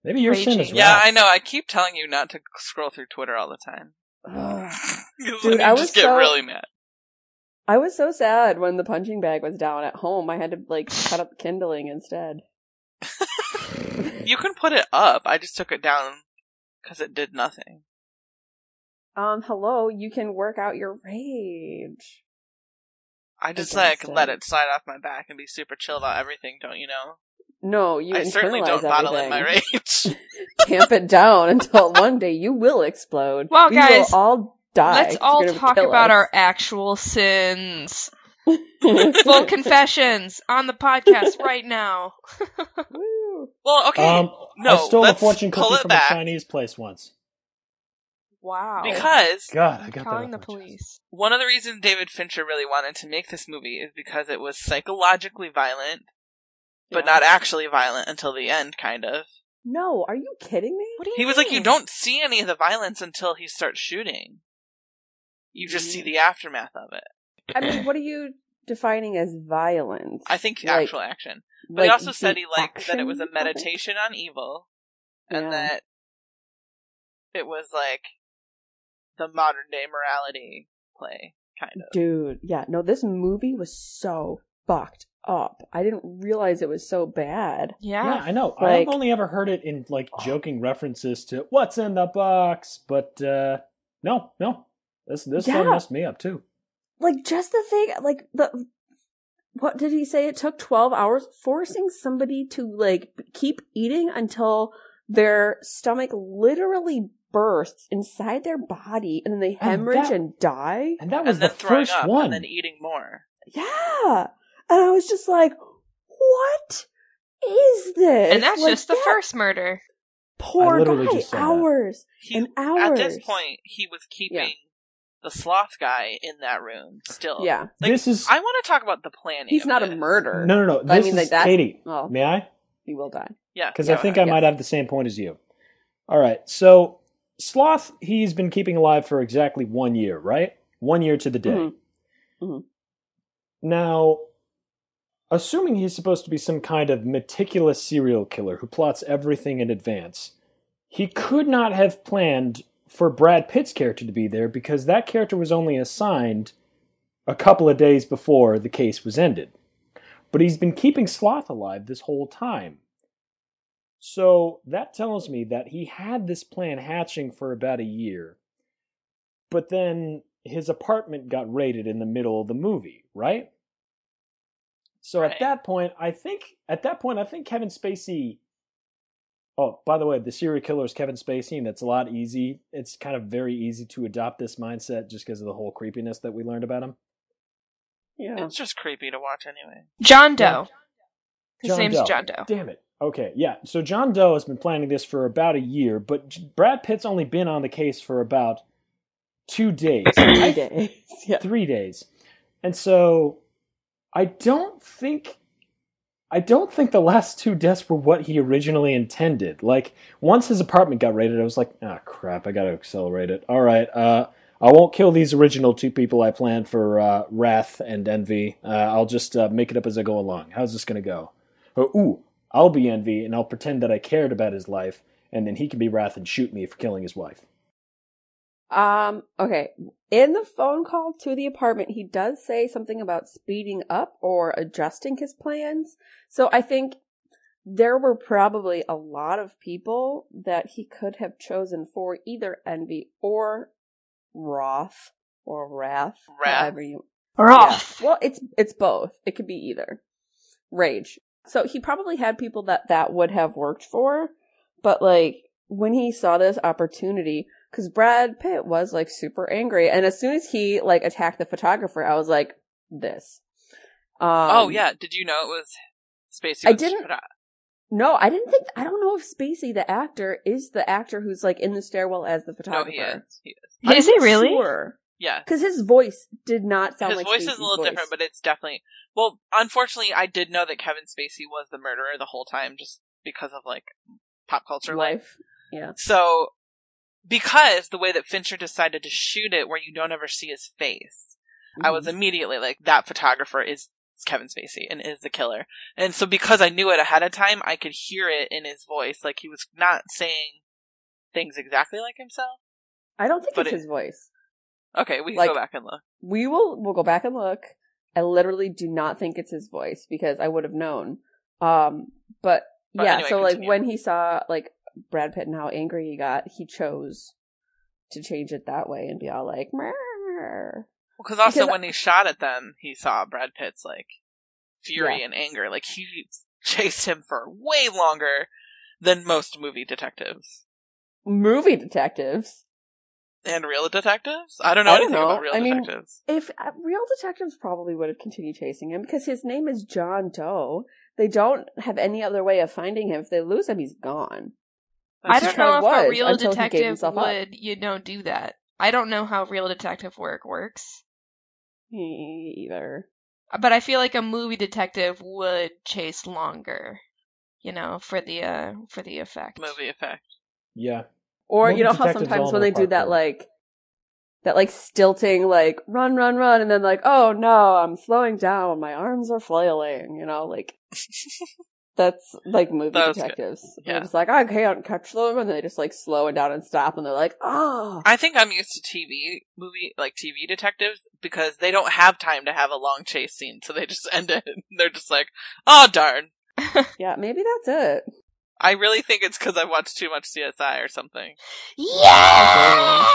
Speaker 2: Maybe your sin is
Speaker 3: Raging.
Speaker 4: Yeah,
Speaker 2: wrath.
Speaker 4: I know. I keep telling you not to scroll through Twitter all the time. Dude,
Speaker 1: Dude,
Speaker 4: you
Speaker 1: I
Speaker 4: just
Speaker 1: was
Speaker 4: get
Speaker 1: so-
Speaker 4: really mad.
Speaker 1: I was so sad when the punching bag was down at home. I had to like cut up kindling instead.
Speaker 4: You can put it up. I just took it down because it did nothing.
Speaker 1: Um, hello, you can work out your rage.
Speaker 4: I just
Speaker 1: Against
Speaker 4: like let
Speaker 1: it.
Speaker 4: it slide off my back and be super chill about everything. Don't you know?
Speaker 1: No, you
Speaker 4: I certainly
Speaker 1: internalize
Speaker 4: don't bottle in
Speaker 1: everything.
Speaker 4: my rage.
Speaker 1: Tamp it down until one day you will explode.
Speaker 3: Well,
Speaker 1: we
Speaker 3: guys,
Speaker 1: will all die. 'cause
Speaker 3: Let's
Speaker 1: Ah, you're
Speaker 3: all
Speaker 1: gonna
Speaker 3: talk
Speaker 1: kill
Speaker 3: about
Speaker 1: us.
Speaker 3: our actual sins. Full confessions on the podcast right now.
Speaker 1: Woo.
Speaker 4: well, okay.
Speaker 2: Um,
Speaker 4: no,
Speaker 2: I stole a
Speaker 4: let's
Speaker 2: fortune
Speaker 4: pull
Speaker 2: cookie
Speaker 4: it
Speaker 2: from
Speaker 4: back.
Speaker 2: a Chinese place once.
Speaker 3: Wow.
Speaker 4: because
Speaker 2: God, I got that.
Speaker 3: calling
Speaker 2: off
Speaker 3: the
Speaker 2: my chest.
Speaker 3: police.
Speaker 4: one of the reasons David Fincher really wanted to make this movie is because it was psychologically violent, but
Speaker 1: Yeah.
Speaker 4: not actually violent until the end, kind of.
Speaker 1: No, are you kidding me?
Speaker 3: What do you
Speaker 4: He was like, you
Speaker 3: mean?
Speaker 4: don't see any of the violence until he starts shooting. You just see the aftermath of it.
Speaker 1: I mean, what are you defining as violence?
Speaker 4: I think
Speaker 1: Like-
Speaker 4: actual action. But he
Speaker 1: like,
Speaker 4: also said
Speaker 1: the
Speaker 4: he liked that it was a
Speaker 1: action of it?
Speaker 4: meditation on evil and
Speaker 1: Yeah.
Speaker 4: that it was like the modern day morality play, kind of.
Speaker 1: Dude, yeah, no, this movie was so fucked up. I didn't realize it was so bad.
Speaker 3: Yeah.
Speaker 2: Yeah, I know.
Speaker 1: Like-
Speaker 2: I've only ever heard it in like joking references to what's in the box, but uh no, no. This this one
Speaker 1: Yeah.
Speaker 2: messed me up too.
Speaker 1: Like just the thing, like the what did he say? It took twelve hours forcing somebody to like keep eating until their stomach literally bursts inside their body, and then they
Speaker 2: And
Speaker 1: hemorrhage
Speaker 2: that-
Speaker 1: and die.
Speaker 2: And that
Speaker 4: And
Speaker 2: was
Speaker 4: then
Speaker 2: the
Speaker 4: throwing
Speaker 2: first
Speaker 4: up
Speaker 2: one.
Speaker 4: and then eating more.
Speaker 1: Yeah, and I was just like, what is this?
Speaker 3: And that's
Speaker 1: Like,
Speaker 3: just the
Speaker 1: that
Speaker 3: first murder.
Speaker 1: poor
Speaker 2: I literally
Speaker 1: guy.
Speaker 2: just saw that.
Speaker 1: hours
Speaker 4: He
Speaker 1: and hours.
Speaker 4: at this point he was keeping the sloth guy in that room still.
Speaker 1: yeah,
Speaker 4: like,
Speaker 2: this is
Speaker 4: I want to talk about the planning.
Speaker 1: he's
Speaker 4: of
Speaker 1: not a
Speaker 4: this.
Speaker 1: murderer.
Speaker 2: No, no, no. This
Speaker 1: I mean,
Speaker 2: is
Speaker 1: like, that's-
Speaker 2: Katie.
Speaker 1: well-
Speaker 2: May I?
Speaker 1: He will die.
Speaker 4: Oh, Yeah,
Speaker 2: Because I
Speaker 4: go
Speaker 2: think
Speaker 4: ahead.
Speaker 2: I might have the same point as you. All right. So Sloth he's been keeping alive for exactly 1 year, right? 1 year to the day.
Speaker 1: Mhm. Mhm.
Speaker 2: Now assuming he's supposed to be some kind of meticulous serial killer who plots everything in advance, he could not have planned for Brad Pitt's character to be there because that character was only assigned a couple of days before the case was ended. But he's been keeping Sloth alive this whole time. So that tells me that he had this plan hatching for about a year, but then his apartment got raided in the middle of the movie, right? So
Speaker 4: Right.
Speaker 2: at that point, I think at that point I think Kevin Spacey. Oh, by the way, the serial killer is Kevin Spacey, and it's a lot easy. It's kind of very easy to adopt this mindset just because of the whole creepiness that we learned about him.
Speaker 1: Yeah.
Speaker 4: It's just creepy to watch anyway.
Speaker 3: John Doe. His name's
Speaker 2: Doe.
Speaker 3: John Doe.
Speaker 2: Damn it. Okay, yeah. So John Doe has been planning this for about a year, but J- Brad Pitt's only been on the case for about two days,
Speaker 1: Three days. Yeah.
Speaker 2: three days, and so I don't think. I don't think the last two deaths were what he originally intended. Like once his apartment got raided, I was like, "Ah, crap! I got to accelerate it." All right, uh, I won't kill these original two people I planned for uh, wrath and envy. Uh, I'll just uh, make it up as I go along. How's this gonna go? Or, ooh, I'll be envy and I'll pretend that I cared about his life, and then he can be wrath and shoot me for killing his wife.
Speaker 1: Um. Okay. In the phone call to the apartment, he does say something about speeding up or adjusting his plans. So I think there were probably a lot of people that he could have chosen for either envy or wrath or wrath,
Speaker 4: Wrath.
Speaker 1: however you
Speaker 3: Roth.
Speaker 1: Yeah. Well, it's it's both. It could be either. Rage. So he probably had people that that would have worked for, but like when he saw this opportunity, because Brad Pitt was like super angry, and as soon as he like attacked the photographer, I was like, this. Um,
Speaker 4: oh yeah, did you know it was Spacey?
Speaker 1: I
Speaker 4: was
Speaker 1: didn't-
Speaker 4: Shada-
Speaker 1: No, I didn't think. I don't know if Spacey, the actor, is the actor who's like in the stairwell as the
Speaker 4: No,
Speaker 1: photographer.
Speaker 4: Oh, he is. He is.
Speaker 1: I'm
Speaker 3: Is he really?
Speaker 1: Sure,
Speaker 4: Yeah.
Speaker 1: because his voice did not sound
Speaker 4: His
Speaker 1: like
Speaker 4: voice is
Speaker 1: Spacey's
Speaker 4: a little
Speaker 1: voice.
Speaker 4: different, but it's definitely. Well, unfortunately, I did know that Kevin Spacey was the murderer the whole time just because of, like, pop culture life.
Speaker 1: life. Yeah,
Speaker 4: So, because the way that Fincher decided to shoot it where you don't ever see his face, I was
Speaker 1: Mm-hmm.
Speaker 4: immediately like, that photographer is Kevin Spacey and is the killer. And so because I knew it ahead of time, I could hear it in his voice. Like he was not saying things exactly like himself.
Speaker 1: I don't think
Speaker 4: but
Speaker 1: it's
Speaker 4: it-
Speaker 1: his voice.
Speaker 4: Okay, we can
Speaker 1: Like-
Speaker 4: go back and look.
Speaker 1: We will. We'll go back and look. I literally do not think it's his voice because I would have known. Um, but,
Speaker 4: But
Speaker 1: yeah.
Speaker 4: anyway,
Speaker 1: so like
Speaker 4: continue.
Speaker 1: when he saw like Brad Pitt and how angry he got, he chose to change it that way and be all like, "Mer."
Speaker 4: Because also
Speaker 1: Because-
Speaker 4: when he shot at them, he saw Brad Pitt's like fury
Speaker 1: Yeah.
Speaker 4: and anger. Like he chased him for way longer than most movie detectives.
Speaker 1: movie detectives.
Speaker 4: And real detectives? I don't know
Speaker 1: I don't
Speaker 4: anything about
Speaker 1: know.
Speaker 4: real
Speaker 1: I mean,
Speaker 4: detectives.
Speaker 1: If uh, real detectives probably would have continued chasing him because his name is John Doe. They don't have any other way of finding him. If they lose him, he's gone.
Speaker 3: I
Speaker 1: Which is
Speaker 3: don't
Speaker 1: how
Speaker 3: know
Speaker 1: it
Speaker 3: if a
Speaker 1: was
Speaker 3: real
Speaker 1: until he gave
Speaker 3: detective
Speaker 1: himself up.
Speaker 3: would, you know, do that. I don't know how real detective work works,
Speaker 1: Me either.
Speaker 3: but I feel like a movie detective would chase longer, you know, for the uh for the effect.
Speaker 4: movie effect.
Speaker 2: Yeah.
Speaker 1: Or
Speaker 2: Movie
Speaker 1: you know how
Speaker 2: detectives
Speaker 1: sometimes
Speaker 2: all
Speaker 1: when
Speaker 2: know
Speaker 1: they do that
Speaker 2: parkour.
Speaker 1: like that like stilting like run run run and then like oh no I'm slowing down my arms are flailing you know like that's like movie
Speaker 4: That was good.
Speaker 1: detectives
Speaker 4: Yeah.
Speaker 1: they're just like I can't catch them and they just like slow it down and stop and they're like oh
Speaker 4: I think I'm used to TV movie like TV detectives because they don't have time to have a long chase scene, so they just end it. They're just like, oh darn.
Speaker 1: yeah maybe that's it
Speaker 4: I really think it's because I watched too much CSI or something.
Speaker 3: Yeah.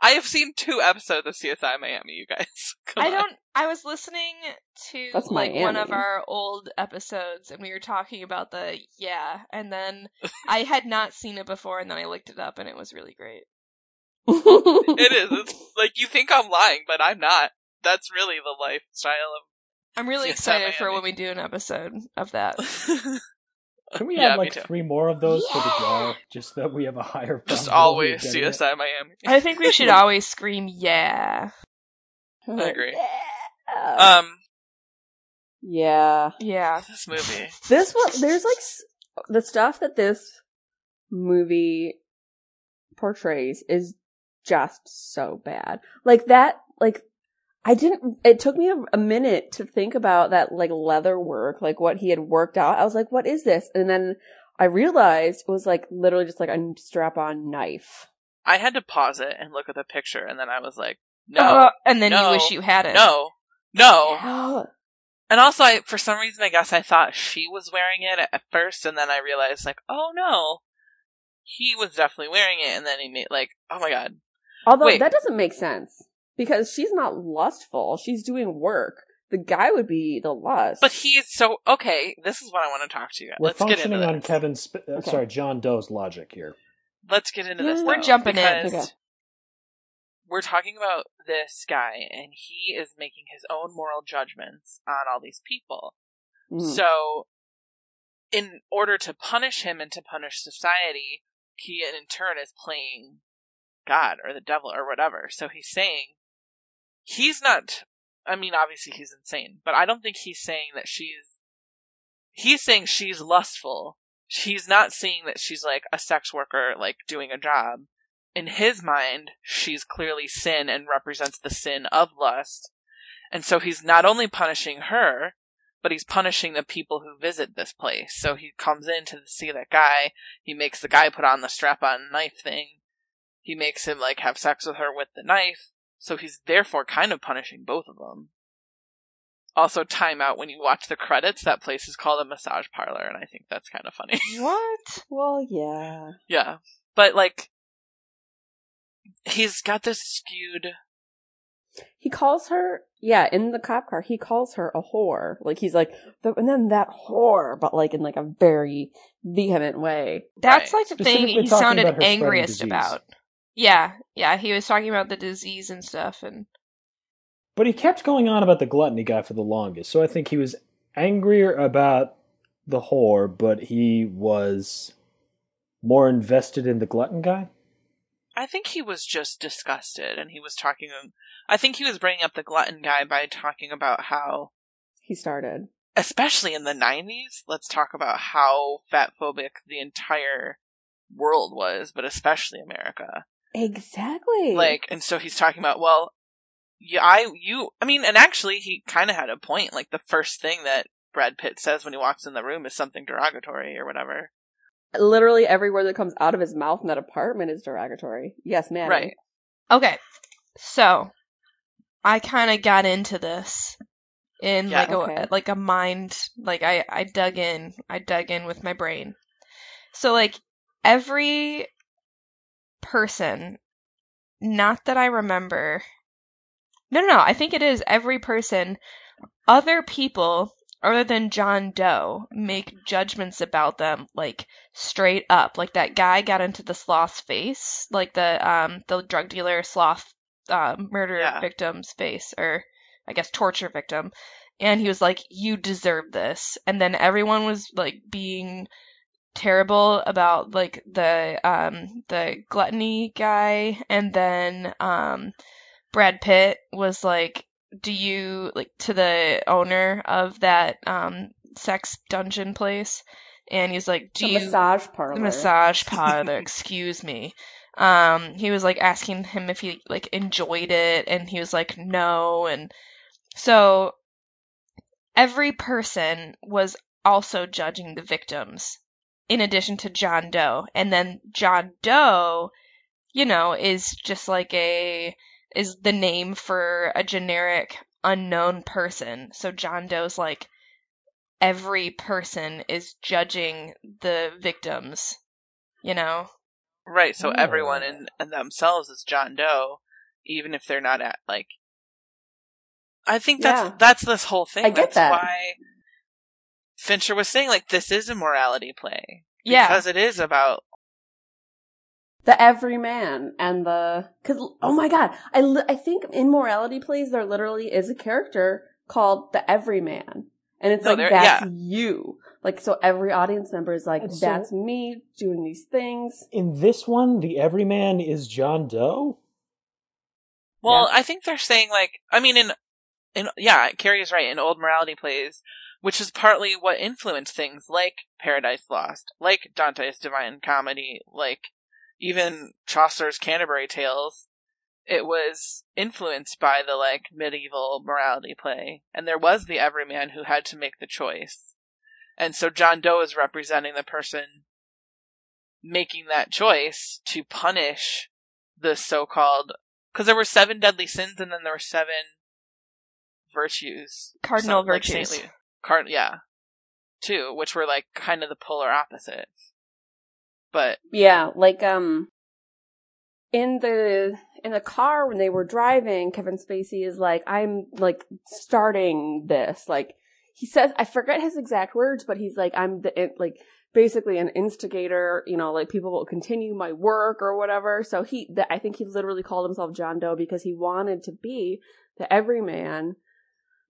Speaker 4: I have seen two episodes of CSI Miami, you guys. Come
Speaker 3: I
Speaker 4: on.
Speaker 3: don't. I was listening to
Speaker 1: That's
Speaker 3: like one of
Speaker 1: Miami.
Speaker 3: our old episodes, and we were talking about the yeah, and then I had not seen it before, and then I looked it up, and it was really great.
Speaker 4: It is. It's like you think I'm lying, but I'm not. That's really the lifestyle
Speaker 3: I'm really
Speaker 4: Yeah,
Speaker 3: excited for
Speaker 4: Miami.
Speaker 3: when we do an episode of that.
Speaker 4: of.
Speaker 2: Can we
Speaker 4: Yeah,
Speaker 2: add
Speaker 4: me
Speaker 2: like
Speaker 4: too.
Speaker 2: three more of those for the
Speaker 3: Yeah.
Speaker 2: jar? Just that we have a higher.
Speaker 4: Just
Speaker 2: probability of
Speaker 4: always
Speaker 2: getting it?
Speaker 4: CSI Miami.
Speaker 3: I think we should always scream yeah,
Speaker 4: I agree.
Speaker 1: yeah.
Speaker 4: Um,
Speaker 1: yeah
Speaker 3: yeah.
Speaker 4: this movie.
Speaker 1: this was there's like s- the stuff that this movie portrays is just so bad like that like i didn't it took me a, a minute to think about that like leather work like what he had worked out i was like what is this and then i realized it was like literally just like a strap on knife
Speaker 4: I had to pause it and look at the picture, and then I was like, no.
Speaker 3: Uh, and then
Speaker 4: no,
Speaker 3: you wish you had it.
Speaker 4: No. No.
Speaker 1: Yeah.
Speaker 4: And also, I, for some reason, I guess I thought she was wearing it at first, and then I realized, like, oh no, he was definitely wearing it, and then he made, like, oh my god.
Speaker 1: although
Speaker 4: Wait.
Speaker 1: that doesn't make sense because she's not lustful she's doing work the guy would be the lust
Speaker 4: But he is so, okay, this is what I want to talk to you.
Speaker 2: We're
Speaker 4: Let's get into
Speaker 2: functioning
Speaker 4: this.
Speaker 2: on Kevin's. Sp- uh,
Speaker 1: Okay.
Speaker 2: Sorry, John Doe's logic here.
Speaker 4: Let's get into this.
Speaker 3: We're
Speaker 4: though,
Speaker 3: jumping in.
Speaker 4: because
Speaker 1: Okay.
Speaker 4: We're talking about this guy, and he is making his own moral judgments on all these people.
Speaker 1: Mhm.
Speaker 4: So, in order to punish him and to punish society, he in turn is playing God or the devil or whatever. So he's saying he's not. I mean, obviously he's insane, but I don't think he's saying that she's. He's saying she's lustful. He's not saying that she's like a sex worker, like doing a job. In his mind, she's clearly sin and represents the sin of lust. And so he's not only punishing her, but he's punishing the people who visit this place. So he comes in to see that guy. He makes the guy put on the strap on knife thing. He makes him like have sex with her with the knife. So he's therefore kind of punishing both of them. Also, time out when you watch the credits, that place is called a massage parlor, and I think that's kind of funny.
Speaker 3: What?
Speaker 1: Well, yeah.
Speaker 4: yeah. But like, he's got this skewed.
Speaker 1: He calls her, yeah, in the cop car, he calls her a whore. Like, he's like, "The- and then that whore, but like in like a very vehement way.
Speaker 3: That's
Speaker 4: Right.
Speaker 3: like the thing
Speaker 2: Specifically
Speaker 3: he
Speaker 2: talking
Speaker 3: sounded
Speaker 2: about her spreading
Speaker 3: angriest
Speaker 2: disease.
Speaker 3: about. Yeah, yeah. He was talking about the disease and stuff, and
Speaker 2: But he kept going on about the gluttony guy for the longest, so I think he was angrier about the whore, but he was more invested in the glutton guy.
Speaker 4: I think he was just disgusted, and he was talking. I think he was bringing up the glutton guy by talking about how,
Speaker 1: He started.
Speaker 4: especially in the '90s, let's talk about how fat phobic the entire world was, but especially America.
Speaker 1: Exactly.
Speaker 4: Like, and so he's talking about, well, yeah, I, you, I mean, and actually, he kind of had a point. Like, the first thing that Brad Pitt says when he walks in the room is something derogatory or whatever.
Speaker 1: literally every word that comes out of his mouth in that apartment is derogatory. Yes, man.
Speaker 4: Right.
Speaker 3: Okay, so I kind of got into this in
Speaker 4: Yeah.
Speaker 3: like a
Speaker 1: Okay.
Speaker 3: like a mind like I I dug in I dug in with my brain. So like every person, not that I remember. No, no, no. I think it is every person. Other people other than John Doe make judgments about them like straight up. Like that guy got into the sloth's face, like the um the drug dealer sloth uh, murder
Speaker 4: Yeah.
Speaker 3: victim's face, or I guess torture victim, and he was like, "You deserve this," and then everyone was like being terrible about like the um the gluttony guy, and then um Brad Pitt was like. Do you like to the owner of that um sex dungeon place? And he's like,
Speaker 1: It's a
Speaker 3: "Do you
Speaker 1: massage parlor.
Speaker 3: the massage parlor, excuse me. Um, he was like asking him if he like enjoyed it, and he was like, no. And so every person was also judging the victims, in addition to John Doe. And then John Doe, you know, is just like a is the name for a generic unknown person. So John Doe's like every person is judging the victims, you know?
Speaker 4: Right. So
Speaker 2: Oh.
Speaker 4: everyone in, in themselves is John Doe, even if they're not at, like, I think that's,
Speaker 1: Yeah.
Speaker 4: that's this whole thing.
Speaker 1: I get
Speaker 4: that's
Speaker 1: that.
Speaker 4: why Fincher was saying, like, this is a morality play.
Speaker 3: Yeah.
Speaker 4: Because it is about,
Speaker 1: the everyman and the because oh my god, I li- I think in morality plays there literally is a character called the everyman, and it's
Speaker 4: No,
Speaker 1: like
Speaker 4: there-
Speaker 1: that's
Speaker 4: yeah.
Speaker 1: you. Like so, every audience member is like,
Speaker 2: And so-
Speaker 1: that's me doing these things.
Speaker 2: In this one, the everyman is John Doe.
Speaker 4: well, I think they're saying, like, I mean, in, in, yeah, Carrie is right, in old morality plays, which is partly what influenced things like Paradise Lost, like Dante's Divine Comedy, like even Chaucer's Canterbury Tales. It was influenced by the like medieval morality play, and there was the everyman who had to make the choice. And so John Doe is representing the person making that choice to punish the so-called because there were seven deadly sins and then there were seven virtues
Speaker 3: Cardinal
Speaker 4: Some- like
Speaker 3: virtues.
Speaker 4: saintly- card yeah two which were like kind of the polar opposites but
Speaker 1: Yeah, like um in the in the car when they were driving, Kevin Spacey is like, I'm like starting this. Like he says I forget his exact words, but he's like, I'm the it, like basically an instigator, you know, like people will continue my work or whatever. So he that I think he literally called himself John Doe because he wanted to be the everyman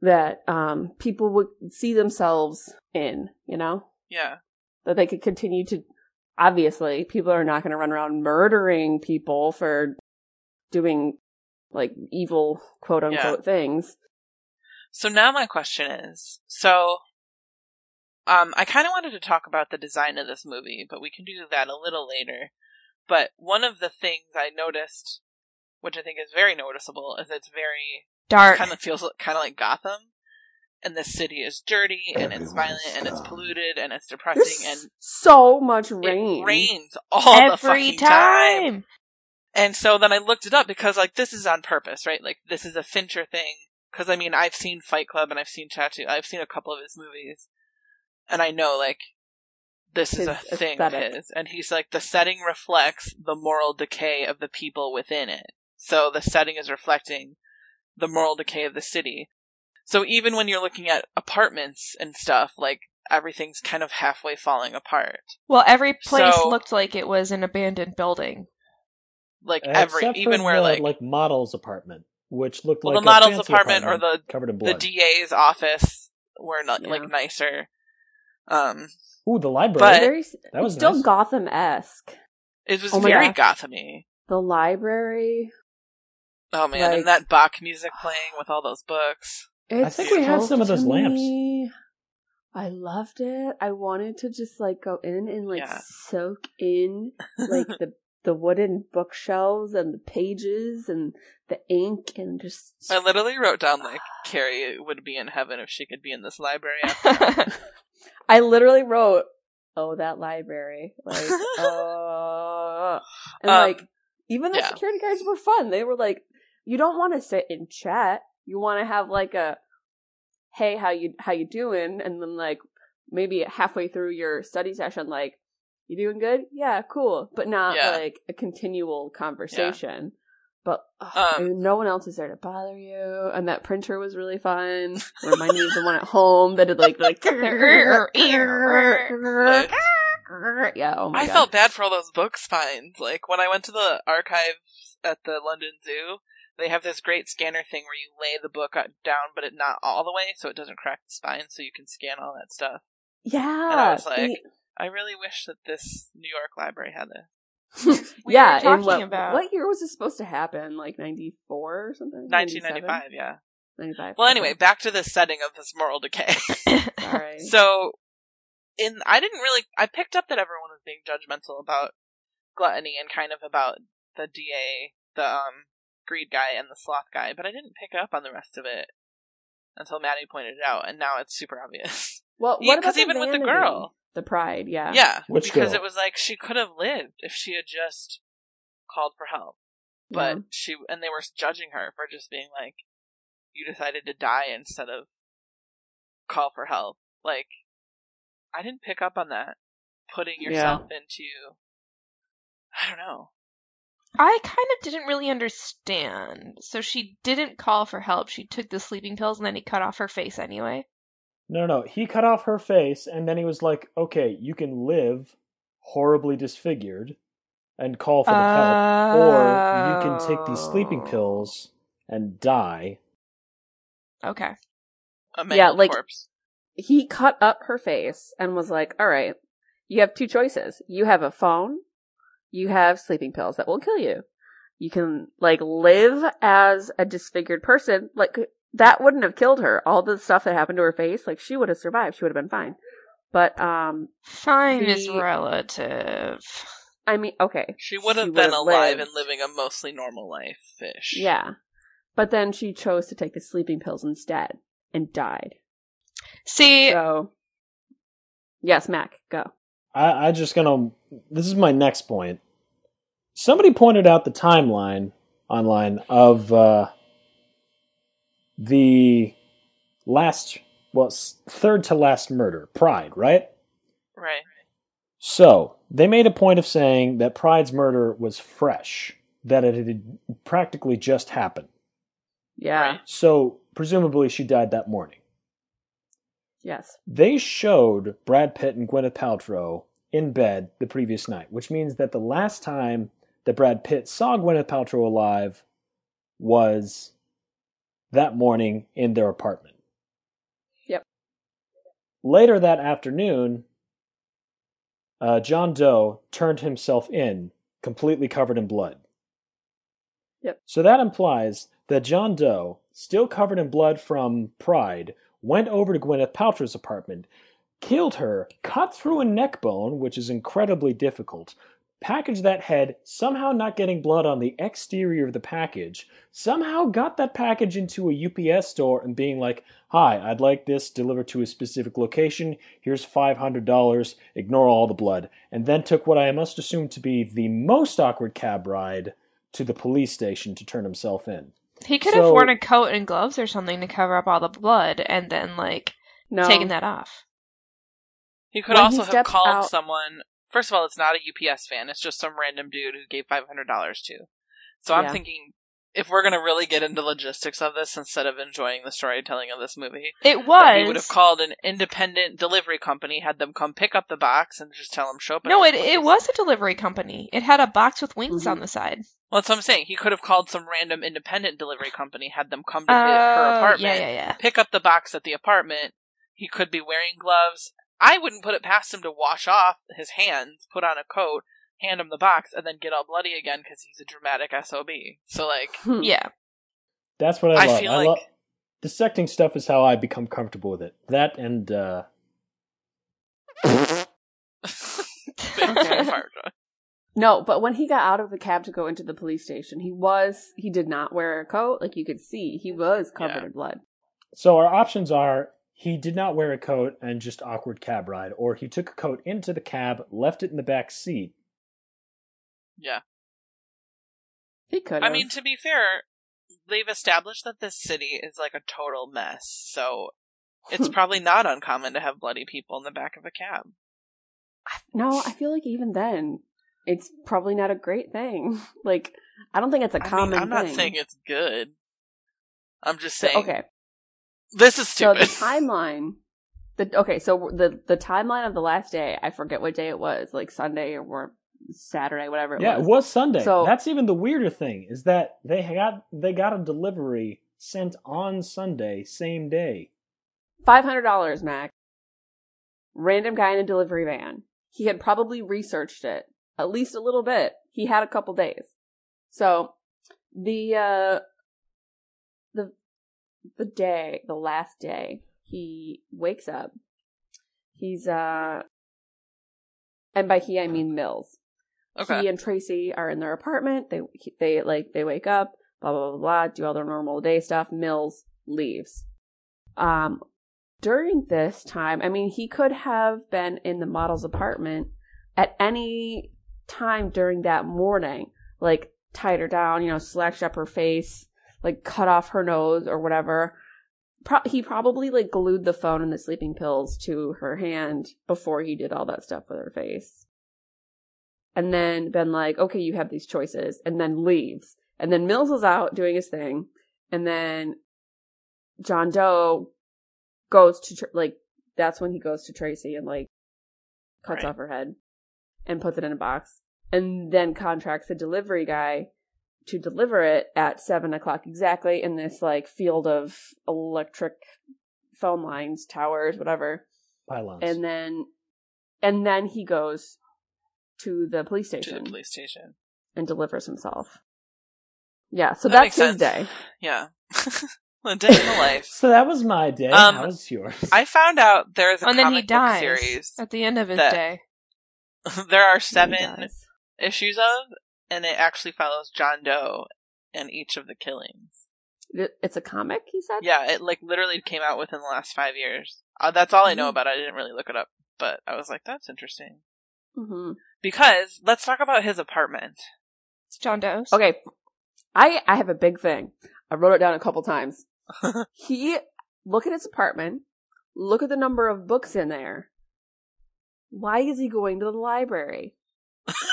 Speaker 1: that um people would see themselves in, you know?
Speaker 4: yeah
Speaker 1: that they could continue to obviously people are not going to run around murdering people for doing like evil quote unquote things
Speaker 4: So now my question is, so um I kind of wanted to talk about the design of this movie, but we can do that a little later. But one of the things I noticed, which I think is very noticeable, is it's very
Speaker 3: Dark.
Speaker 4: kind of feels kind of like Gotham. And this city is dirty and it's violent and it's polluted and it's
Speaker 1: there's
Speaker 4: depressing and
Speaker 1: so much
Speaker 4: it
Speaker 1: rain
Speaker 4: rains all the
Speaker 3: Every
Speaker 4: fucking time.
Speaker 3: time.
Speaker 4: And so then I looked it up because like this is on purpose, right? Like this is a Fincher thing. Because I mean, I've seen Fight Club and I've seen Tattoo. I've seen a couple of his movies, and I know like this
Speaker 1: His
Speaker 4: is a thing of
Speaker 1: aesthetic.
Speaker 4: his. And he's like, the setting reflects the moral decay of the people within it. So the setting is reflecting the moral decay of the city. So even when you're looking at apartments and stuff, like everything's kind of halfway falling apart.
Speaker 3: Well, every place
Speaker 4: So-
Speaker 3: looked like it was an abandoned building.
Speaker 4: Like
Speaker 2: Except
Speaker 4: every,
Speaker 2: for
Speaker 4: even where
Speaker 2: the,
Speaker 4: like
Speaker 2: like model's apartment. which looked
Speaker 4: Well,
Speaker 2: like
Speaker 4: the model's
Speaker 2: a fancy
Speaker 4: apartment or
Speaker 2: covered in
Speaker 4: The
Speaker 2: blood.
Speaker 4: DA's office were not,
Speaker 1: Yeah.
Speaker 4: like nicer. Um,
Speaker 2: Ooh, the library.
Speaker 4: But-
Speaker 1: very, s-
Speaker 2: That was
Speaker 1: it's still
Speaker 2: nice.
Speaker 1: Gotham esque.
Speaker 4: it was
Speaker 1: Oh my
Speaker 4: very
Speaker 1: gosh.
Speaker 4: Gothamy.
Speaker 1: The library.
Speaker 4: Oh man, and
Speaker 1: Like-
Speaker 4: that Bach music playing with all those books.
Speaker 2: I think we had
Speaker 1: spoke
Speaker 2: some of those
Speaker 1: to
Speaker 2: lamps.
Speaker 1: me. I loved it. I wanted to just like go in and like
Speaker 4: Yeah.
Speaker 1: soak in like the the wooden bookshelves and the pages and the ink and just
Speaker 4: I literally wrote down like Carrie would be in heaven if she could be in this library.
Speaker 1: I literally wrote, "Oh, that library!" Like, oh, and
Speaker 4: Um,
Speaker 1: like even the
Speaker 4: yeah.
Speaker 1: security guards were fun. They were like, "You don't want to sit and chat. You want to have like a, hey, how you how you doing?" And then like maybe halfway through your study session, like, "You doing good? Yeah, cool," but not
Speaker 4: Yeah.
Speaker 1: like a continual conversation. But ugh,
Speaker 4: Um,
Speaker 1: and no one else is there to bother you. And that printer was really fun. Reminded me of the one at home that did like the, like
Speaker 3: But-
Speaker 1: yeah. Oh my
Speaker 4: I
Speaker 1: god.
Speaker 4: felt bad for all those books finds. Like when I went to the archives at the London Zoo, they have this great scanner thing where you lay the book on- down, but it not all the way, so it doesn't crack the spine, so you can scan all that stuff.
Speaker 1: yeah.
Speaker 4: and I was like,
Speaker 1: the-
Speaker 4: I really wish that this New York library had this.
Speaker 3: We
Speaker 1: yeah.
Speaker 3: were talking
Speaker 1: in what,
Speaker 3: about-
Speaker 1: what year was this supposed to happen? Like ninety four or something.
Speaker 4: 1995, yeah.
Speaker 1: Ninety five.
Speaker 4: Well, anyway, back to the setting of this moral decay.
Speaker 1: Sorry.
Speaker 4: so, in I didn't really I picked up that everyone was being judgmental about gluttony and kind of about the DA, the um greed guy and the sloth guy, but I didn't pick up on the rest of it until Maddie pointed it out, and now it's super obvious.
Speaker 1: well,
Speaker 4: yeah,
Speaker 1: what
Speaker 4: e
Speaker 1: about
Speaker 4: 'cause
Speaker 1: the
Speaker 4: even with the
Speaker 1: vanity?
Speaker 4: girl.
Speaker 1: the pride? Yeah.
Speaker 4: yeah,
Speaker 2: Which
Speaker 4: because
Speaker 2: girl?
Speaker 4: it was like she could have lived if she had just called for help. but
Speaker 1: Yeah.
Speaker 4: she and they were judging her for just being like you decided to die instead of call for help like i didn't pick up on that putting
Speaker 1: Yeah.
Speaker 4: yourself into i don't know
Speaker 3: I kind of didn't really understand. So she didn't call for help. She took the sleeping pills and then he cut off her face anyway.
Speaker 2: No, no, no. He cut off her face, and then he was like, "Okay, you can live horribly disfigured and call for the help, or you can take these sleeping
Speaker 3: Oh.
Speaker 2: pills and die."
Speaker 3: Okay.
Speaker 4: a mangled
Speaker 1: Yeah, like-
Speaker 4: corpse
Speaker 1: He cut up her face and was like, "All right, you have two choices. You have a phone. You have sleeping pills that will kill you. You can like live as a disfigured person. Like that wouldn't have killed her. All the stuff that happened to her face, like she would have survived. She would have been fine. But um,
Speaker 3: Fine is
Speaker 1: The-
Speaker 3: relative.
Speaker 1: I mean, okay,
Speaker 4: she would
Speaker 1: she
Speaker 4: have
Speaker 1: would
Speaker 4: been
Speaker 1: have
Speaker 4: alive
Speaker 1: lived.
Speaker 4: and living a mostly normal life fish
Speaker 1: yeah. But then she chose to take the sleeping pills instead and died.
Speaker 3: See,
Speaker 1: So, yes, Mac, go.
Speaker 2: I, I just gonna. This is my next point. Somebody pointed out the timeline online of uh, the last, well, s- third to last murder, Pride, right?
Speaker 4: right
Speaker 2: So they made a point of saying that Pride's murder was fresh, that it had practically just happened.
Speaker 1: Yeah.
Speaker 4: Right.
Speaker 2: So presumably she died that morning.
Speaker 1: Yes.
Speaker 2: They showed Brad Pitt and Gwyneth Paltrow in bed the previous night, which means that the last time that Brad Pitt saw Gwyneth Paltrow alive was that morning in their apartment.
Speaker 1: Yep.
Speaker 2: Later that afternoon, uh, John Doe turned himself in, completely covered in blood.
Speaker 1: Yep.
Speaker 2: So that implies that John Doe, still covered in blood from Pride, went over to Gwyneth Paltrow's apartment, killed her, cut through a neck bone, which is incredibly difficult, packaged that head, somehow not getting blood on the exterior of the package, somehow got that package into a UPS store and being like, Hi, I'd like this delivered to a specific location. Here's $500. Ignore all the blood. And then took what I must assume to be the most awkward cab ride to the police station to turn himself in.
Speaker 3: he could
Speaker 2: So-
Speaker 3: have worn a coat and gloves or something to cover up all the blood and then, like,
Speaker 1: No.
Speaker 3: taken that off.
Speaker 4: you could
Speaker 1: When he
Speaker 4: also have
Speaker 1: stepped
Speaker 4: called
Speaker 1: out-
Speaker 4: someone first of all it's not a ups fan it's just some random dude who gave $500 to so i'm
Speaker 1: Yeah.
Speaker 4: thinking if we're going to really get into logistics of this instead of enjoying the storytelling of this movie
Speaker 3: It
Speaker 4: that he would
Speaker 3: was.
Speaker 4: have called an independent delivery company, had them come pick up the box, and just tell him show up. at
Speaker 3: No,
Speaker 4: this
Speaker 3: it, it
Speaker 4: place."
Speaker 3: was a delivery company. It had a box with wings
Speaker 1: Mhm.
Speaker 3: on the side.
Speaker 4: Well, that's what I'm saying. He could have called some random independent delivery company, had them come to his, her
Speaker 3: Oh,
Speaker 4: apartment,
Speaker 3: yeah, yeah, yeah.
Speaker 4: pick up the box at the apartment. He could be wearing gloves. I wouldn't put it past him to wash off his hands, put on a coat, hand him the box, and then get all bloody again because he's a dramatic SOB. So, like,
Speaker 1: Hmm.
Speaker 3: Yeah.
Speaker 2: That's what I,
Speaker 4: I
Speaker 2: love.
Speaker 4: feel
Speaker 2: I
Speaker 4: like-
Speaker 2: love dissecting stuff is how I become comfortable with it. That and uh
Speaker 4: big team fart.
Speaker 1: No, but when he got out of the cab to go into the police station, he was he did not wear a coat. Like you could see, he was covered
Speaker 4: Yeah.
Speaker 1: in blood.
Speaker 2: so our options are he did not wear a coat and just awkward cab ride, or he took a coat into the cab, left it in the back seat.
Speaker 4: Yeah.
Speaker 1: He could.
Speaker 4: I mean, to be fair, they've established that this city is like a total mess, so
Speaker 1: Hmm.
Speaker 4: it's probably not uncommon to have bloody people in the back of a cab.
Speaker 1: no, I feel like even then, it's probably not a great thing. Like I don't think it's a
Speaker 4: I
Speaker 1: common.
Speaker 4: mean, I'm not
Speaker 1: thing.
Speaker 4: saying it's good. I'm just
Speaker 1: So-
Speaker 4: saying
Speaker 1: okay.
Speaker 4: this is
Speaker 1: So the
Speaker 4: stupid.
Speaker 1: timeline. The okay, so the the timeline of the last day. I forget what day it was, like Sunday or wor- Saturday, whatever it
Speaker 2: yeah,
Speaker 1: was.
Speaker 2: it was Sunday.
Speaker 1: So-
Speaker 2: That's even the weirder thing is that they got they got a delivery sent on Sunday, same day.
Speaker 1: Five hundred dollars, Mac. Random guy in a delivery van. He had probably researched it at least a little bit. He had a couple days. So the uh the the day, the last day, he wakes up. He's uh and by he I mean Mills.
Speaker 4: okay.
Speaker 1: He and Tracy are in their apartment. They he- they like they wake up, blah blah blah blah, do all their normal day stuff. Mills leaves. Um, during this time, I mean, he could have been in the model's apartment at any time during that morning, like tied her down, you know, slashed up her face, like cut off her nose or whatever. Pro- he probably like glued the phone and the sleeping pills to her hand before he did all that stuff with her face and then been like, okay, you have these choices, and then leaves. And then Mills is out doing his thing, and then John Doe goes to, tr- like, that's when he goes to Tracy and, like, cuts
Speaker 4: Right.
Speaker 1: off her head and puts it in a box, and then contracts the delivery guy to deliver it at seven o'clock exactly in this, like, field of electric phone lines, towers, whatever.
Speaker 2: Pylons.
Speaker 1: And then, and then he goes to the police
Speaker 4: to
Speaker 1: station
Speaker 4: the police station.
Speaker 1: and delivers himself. Yeah, so
Speaker 4: That
Speaker 1: that's
Speaker 4: makes
Speaker 1: his
Speaker 4: sense.
Speaker 1: day.
Speaker 4: Yeah. a day in the life.
Speaker 2: so that was my day.
Speaker 4: Um,
Speaker 2: How was yours?
Speaker 4: I found out there is a
Speaker 3: Oh, And
Speaker 4: comic
Speaker 3: then he
Speaker 4: book
Speaker 3: dies
Speaker 4: series
Speaker 3: at the end of his
Speaker 4: that-
Speaker 3: day.
Speaker 4: there are
Speaker 1: He
Speaker 4: seven
Speaker 1: does.
Speaker 4: issues of, and it actually follows John Doe and each of the killings.
Speaker 1: It- It's a comic, he said?
Speaker 4: Yeah, it like literally came out within the last five years. Uh, that's all I
Speaker 3: Mm-hmm.
Speaker 4: know about. it. I didn't really look it up, but I was like, that's interesting.
Speaker 1: hmm
Speaker 4: Because let's talk about his apartment.
Speaker 3: It's John Doe's.
Speaker 1: Okay. I, I have a big thing. I wrote it down a couple times. he, look at his apartment. Look at the number of books in there. Why is he going to the library?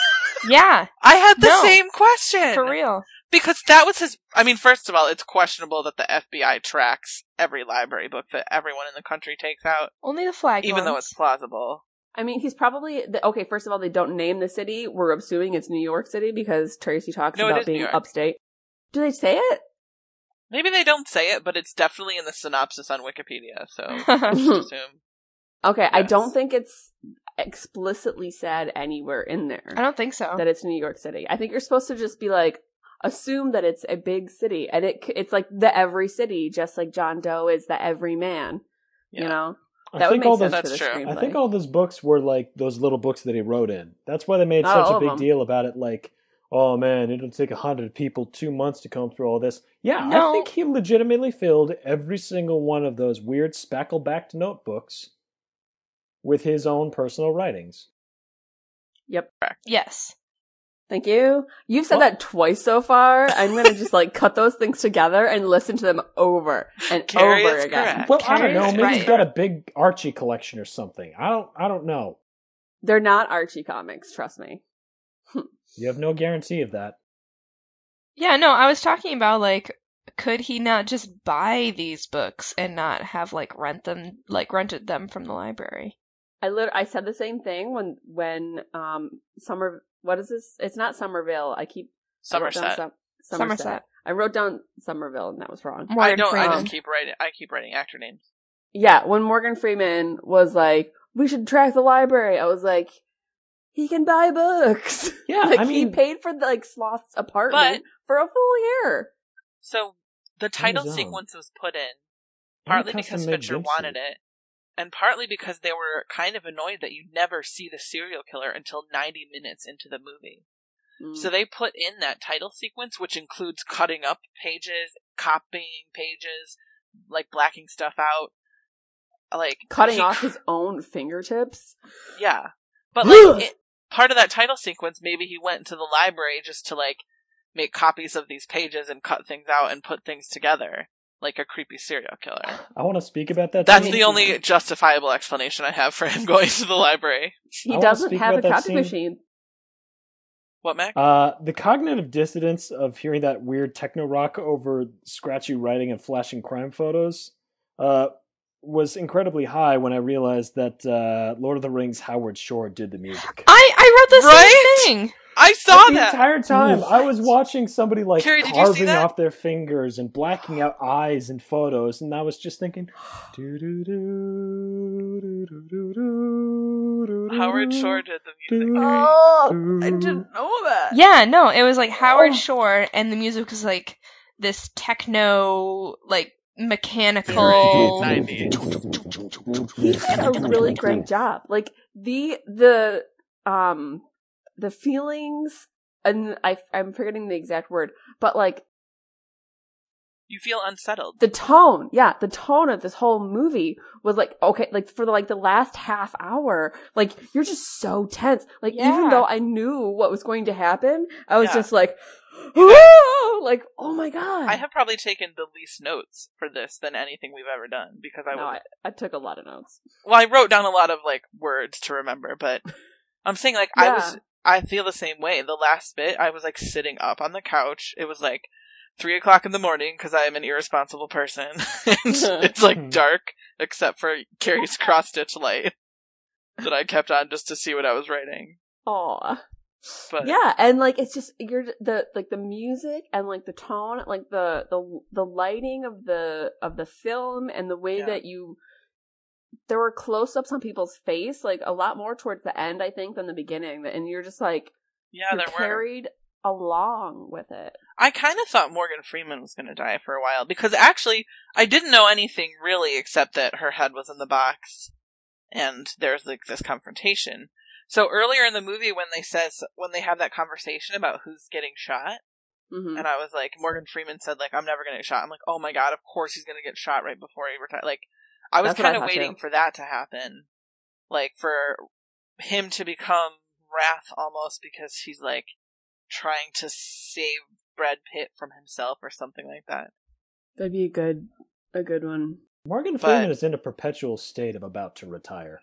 Speaker 3: Yeah,
Speaker 4: I had the
Speaker 3: No.
Speaker 4: same question
Speaker 3: for real.
Speaker 4: because that was his. I mean, first of all, it's questionable that the FBI tracks every library book that everyone in the country takes out,
Speaker 3: Only the flag.
Speaker 4: even though
Speaker 3: ones.
Speaker 4: it's plausible.
Speaker 1: I mean, he's probably, the, okay, first of all, they don't name the city. We're assuming it's New York City because Tracy talks
Speaker 4: No, it
Speaker 1: about
Speaker 4: is New
Speaker 1: being
Speaker 4: York.
Speaker 1: upstate. Do they say it?
Speaker 4: Maybe they don't say it, but it's definitely in the synopsis on Wikipedia. So I just assume.
Speaker 1: Okay, I
Speaker 4: Yes.
Speaker 1: don't think it's explicitly said anywhere in
Speaker 3: I
Speaker 1: there
Speaker 3: don't think so.
Speaker 1: that it's New York City. I think you're supposed to just be like assume that it's a big city and it c- it's like the every city just like John Doe is the every man,
Speaker 4: Yeah.
Speaker 1: you know.
Speaker 2: I
Speaker 1: That would
Speaker 2: think
Speaker 1: make
Speaker 2: all
Speaker 1: sense
Speaker 2: those
Speaker 4: That's
Speaker 1: for the
Speaker 4: true.
Speaker 1: screenplay.
Speaker 2: I think all those books were like those little books that he wrote in. That's why they made
Speaker 1: Not all
Speaker 2: such a
Speaker 1: of
Speaker 2: big
Speaker 1: them.
Speaker 2: deal about it. Like, oh man, it'll take a hundred people two months to comb through all this. Yeah, I
Speaker 3: No.
Speaker 2: think he legitimately filled every single one of those weird spackle-backed notebooks with his own personal writings.
Speaker 1: Yep.
Speaker 3: Yes.
Speaker 1: Thank you. You've said
Speaker 2: Well-
Speaker 1: that twice so far. I'm going to just like cut those things together and listen to them over and
Speaker 4: Carrie
Speaker 1: over
Speaker 4: is
Speaker 1: again.
Speaker 4: correct.
Speaker 2: Well, I don't know. Maybe
Speaker 3: Right.
Speaker 2: he's got a big Archie collection or something. I don't. I don't know.
Speaker 1: They're not Archie comics, trust me.
Speaker 2: You have no guarantee of that.
Speaker 3: Yeah, no, I was talking about like could he not just buy these books and not have like rent them like rented them from the library?
Speaker 1: I lit- I said the same thing when when um summer what is this? It's not Somerville. I keep I wrote down
Speaker 4: Somerset.
Speaker 1: Som- Somerset.
Speaker 3: Somerset.
Speaker 1: I wrote down Somerville, and that was wrong.
Speaker 4: I don't. I
Speaker 1: Um,
Speaker 4: just keep writing. I keep writing actor names.
Speaker 1: Yeah, when Morgan Freeman was like, "We should track the library," I was like, "He can buy books."
Speaker 2: Yeah,
Speaker 1: like
Speaker 2: I
Speaker 1: he
Speaker 2: mean-
Speaker 1: paid for like Sloth's apartment for a full year.
Speaker 4: So the title
Speaker 2: zone.
Speaker 4: sequence was put in partly because
Speaker 2: custom-made
Speaker 4: Fincher
Speaker 2: jumpsuit.
Speaker 4: wanted it, and partly because they were kind of annoyed that you never see the serial killer until 90 minutes into the movie.
Speaker 1: Mm.
Speaker 4: So they put in that title sequence, which includes cutting up pages, copying pages, like blacking stuff out, like
Speaker 1: cutting
Speaker 4: he
Speaker 1: off
Speaker 4: cr-
Speaker 1: his own fingertips.
Speaker 4: yeah, but like it, part of that title sequence, maybe he went to the library just to like make copies of these pages and cut things out and put things together, like a creepy serial killer.
Speaker 2: I want to speak about that.
Speaker 4: That's
Speaker 2: scene.
Speaker 4: the only justifiable explanation I have for him going to the library.
Speaker 2: I
Speaker 1: He
Speaker 2: wanna
Speaker 1: doesn't
Speaker 2: speak
Speaker 1: have a
Speaker 2: about that
Speaker 1: copy
Speaker 2: scene.
Speaker 1: machine.
Speaker 4: What, Mac?
Speaker 2: Uh, the cognitive dissonance of hearing that weird techno rock over scratchy writing and flashing crime photos uh, was incredibly high when I realized that uh, Lord of the Rings Howard Shore did the music.
Speaker 3: I I wrote the
Speaker 4: Right?
Speaker 3: same thing.
Speaker 4: I
Speaker 2: Like,
Speaker 4: saw
Speaker 2: the
Speaker 4: that.
Speaker 2: entire time I was watching somebody like
Speaker 4: Carrie, did you see
Speaker 2: carving
Speaker 4: that?
Speaker 2: off their fingers and blacking out eyes and photos, and I was just thinking,
Speaker 4: Howard Shore did the music.
Speaker 2: Dude.
Speaker 4: Carrie.
Speaker 1: Oh,
Speaker 2: Mm.
Speaker 1: I didn't know that.
Speaker 3: Yeah, no, it was like Howard
Speaker 1: Oh.
Speaker 3: Shore, and the music was like this techno, like
Speaker 4: Very
Speaker 3: mechanical.
Speaker 4: nice. 90s.
Speaker 1: He did a really great job. Like the the um the feelings and I I'm forgetting the exact word, but like
Speaker 4: You feel unsettled.
Speaker 1: the tone, yeah, the tone of this whole movie was like okay, like for like the last half hour, like you're just so tense. Like even
Speaker 3: Yeah.
Speaker 1: though I knew what was going to happen, I was
Speaker 4: Yeah.
Speaker 1: just like, "Whoa!" like oh my god.
Speaker 4: I have probably taken the least notes for this than anything we've ever done because I
Speaker 1: no,
Speaker 4: was
Speaker 1: I, I took a lot of notes.
Speaker 4: well, I wrote down a lot of like words to remember, but I'm saying like I was
Speaker 1: Yeah.
Speaker 4: I feel the same way. The last bit, I was like sitting up on the couch. It was like three o'clock in the morning because I am an irresponsible person. and it's like dark except for Carrie's cross stitch light that I kept on just to see what I was writing.
Speaker 1: Aw.
Speaker 4: But
Speaker 1: yeah and like it's just you're the like the music and like the tone like the the the lighting of the of the film and the way
Speaker 4: Yeah.
Speaker 1: that you there were close-ups on people's face like a lot more towards the end i think than the beginning and you're just like
Speaker 4: yeah,
Speaker 1: you're
Speaker 4: there were
Speaker 1: carried along with it
Speaker 4: I kind of thought Morgan Freeman was going to die for a while because actually I didn't know anything really except that her head was in the box and there's like this confrontation. So earlier in the movie when they says when they have that conversation about who's getting shot
Speaker 1: hmm
Speaker 4: and I was like Morgan Freeman said like I'm never going to get shot. I'm like oh my god, of course he's going to get shot right before he retires. Like I was
Speaker 1: That's what I
Speaker 4: kind of
Speaker 1: thought,
Speaker 4: waiting
Speaker 1: too.
Speaker 4: for that to happen. Like for him to become wrath almost because he's like trying to save Brad Pitt from himself or something like that.
Speaker 1: that'd be a good a good one
Speaker 2: Morgan
Speaker 4: But-
Speaker 2: Freeman is in a perpetual state of about to retire.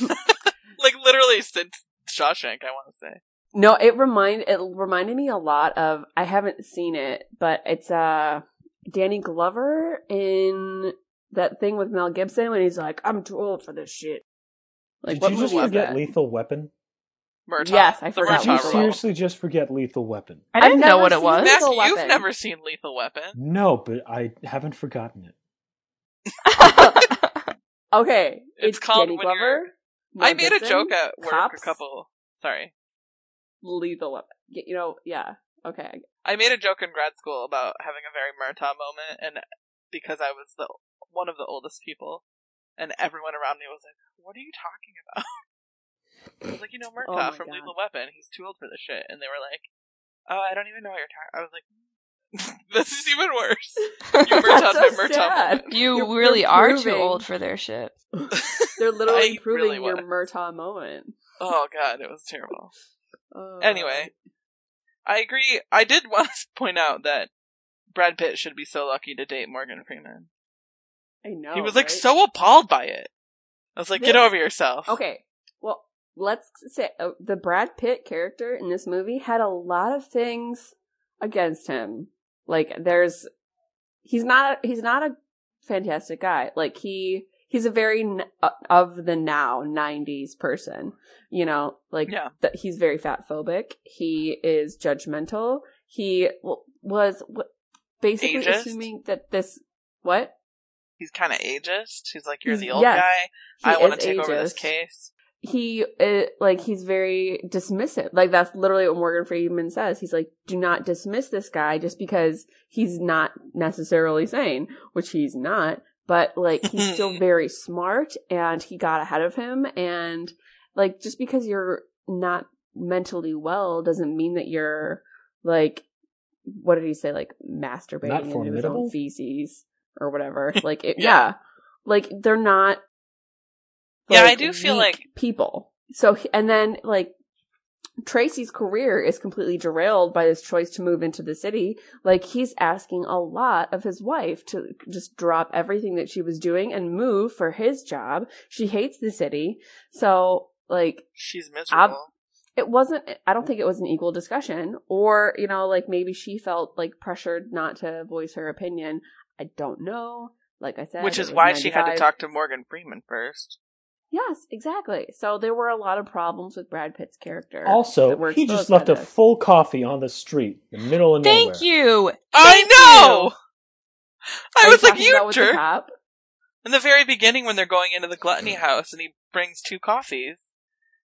Speaker 4: Like literally since Shawshank, I want to say.
Speaker 1: no it remind it reminded me a lot of i haven't seen it but it's uh danny glover in that thing with mel gibson when he's like i'm too old for this shit like
Speaker 2: Did
Speaker 1: what
Speaker 2: you just
Speaker 1: movie was
Speaker 2: forget
Speaker 1: that?
Speaker 2: Lethal Weapon?
Speaker 4: Murtaugh.
Speaker 1: Yes, I
Speaker 4: The
Speaker 1: forgot
Speaker 2: Did you
Speaker 1: Lethal
Speaker 4: Murtaugh
Speaker 1: Weapon.
Speaker 4: role.
Speaker 2: seriously just forget Lethal Weapon?
Speaker 3: I
Speaker 1: I've
Speaker 3: didn't know
Speaker 1: never
Speaker 3: what it
Speaker 1: seen
Speaker 3: was.
Speaker 4: Mac,
Speaker 1: Lethal
Speaker 4: you've
Speaker 1: Weapon.
Speaker 4: never seen Lethal Weapon.
Speaker 2: No, but I haven't forgotten it.
Speaker 1: Okay,
Speaker 4: It's
Speaker 1: it's,
Speaker 4: called
Speaker 1: Danny
Speaker 4: when you're-
Speaker 1: Glover. Mel
Speaker 4: I made a
Speaker 1: Gibson,
Speaker 4: joke at work
Speaker 1: cops,
Speaker 4: a couple. Sorry,
Speaker 1: Lethal Weapon. Y- You know, yeah. Okay,
Speaker 4: I made a joke in grad school about having a very Murtaugh moment, and because I was the one of the oldest people, and everyone around me was like, "What are you talking about?" I was like, "You know
Speaker 1: Oh
Speaker 4: Murtaugh
Speaker 1: my
Speaker 4: from
Speaker 1: God.
Speaker 4: Lethal Weapon. He's too old for this shit." And they were like, "Oh, I don't even know what you're talking." I was like, "This is even worse." You
Speaker 1: That's so
Speaker 4: Murtaughed my Murtaugh
Speaker 1: sad.
Speaker 4: moment.
Speaker 3: you
Speaker 1: You're-
Speaker 3: really
Speaker 1: you're
Speaker 3: are too
Speaker 1: proving-
Speaker 3: old for their shit.
Speaker 1: they're
Speaker 4: I
Speaker 1: literally
Speaker 4: really
Speaker 1: improving your
Speaker 4: was.
Speaker 1: Murtaugh moment.
Speaker 4: Oh god, it was terrible.
Speaker 1: Oh.
Speaker 4: Anyway, I agree. I did want to point out that Brad Pitt should be so lucky to date Morgan Freeman.
Speaker 1: Oh, I know
Speaker 4: he was like
Speaker 1: right?
Speaker 4: so appalled by it. I was like, get
Speaker 1: This-
Speaker 4: over yourself.
Speaker 1: Okay, well, let's say uh, the Brad Pitt character in this movie had a lot of things against him. Like, there's he's not he's not a fantastic guy. Like he he's a very n- uh, of the now 90s person you know like
Speaker 4: Yeah.
Speaker 1: that he's very fat phobic he is judgmental he w- was w- basically
Speaker 4: Ageist?
Speaker 1: assuming that this what
Speaker 4: He's kind of ageist. He's like, you're
Speaker 1: He's-
Speaker 4: the old
Speaker 1: yes,
Speaker 4: guy.
Speaker 1: He
Speaker 4: I want to
Speaker 1: is
Speaker 4: take over this
Speaker 1: ageist.
Speaker 4: case.
Speaker 1: he uh, like he's very dismissive. Like that's literally what Morgan Freeman says. He's like, "Do not dismiss this guy just because he's not necessarily sane, which he's not, but like he's still very smart and he got ahead of him and like just because you're not mentally well doesn't mean that you're like what did he say like masturbating into his
Speaker 2: formidable?
Speaker 1: own feces or whatever. Like it,
Speaker 4: Yeah.
Speaker 1: yeah. Like they're not
Speaker 4: Yeah, I do feel
Speaker 1: weak
Speaker 4: like-
Speaker 1: people. So he- and then like Tracy's career is completely derailed by his choice to move into the city. Like he's asking a lot of his wife to just drop everything that she was doing and move for his job. She hates the city. So like
Speaker 4: She's miserable.
Speaker 1: it wasn't i don't think it was an equal discussion or you know like maybe she felt like pressured not to voice her opinion i don't know like i said
Speaker 4: Which
Speaker 1: it
Speaker 4: is
Speaker 1: was
Speaker 4: why she had to
Speaker 1: 95.
Speaker 4: talk to Morgan Freeman first.
Speaker 1: yes exactly so there were a lot of problems with brad pitt's character that
Speaker 2: Also,
Speaker 1: were
Speaker 2: he just
Speaker 1: exposed by
Speaker 2: left a
Speaker 1: this.
Speaker 2: full coffee on the street, in the middle of nowhere.
Speaker 3: Thank you. Thank
Speaker 4: I know!
Speaker 3: you.
Speaker 4: I
Speaker 1: Are
Speaker 4: was like,
Speaker 1: talking
Speaker 4: you
Speaker 1: about with the
Speaker 4: jerk!
Speaker 1: cop?
Speaker 4: In the very beginning, when they're going into the gluttony house and he brings two coffees,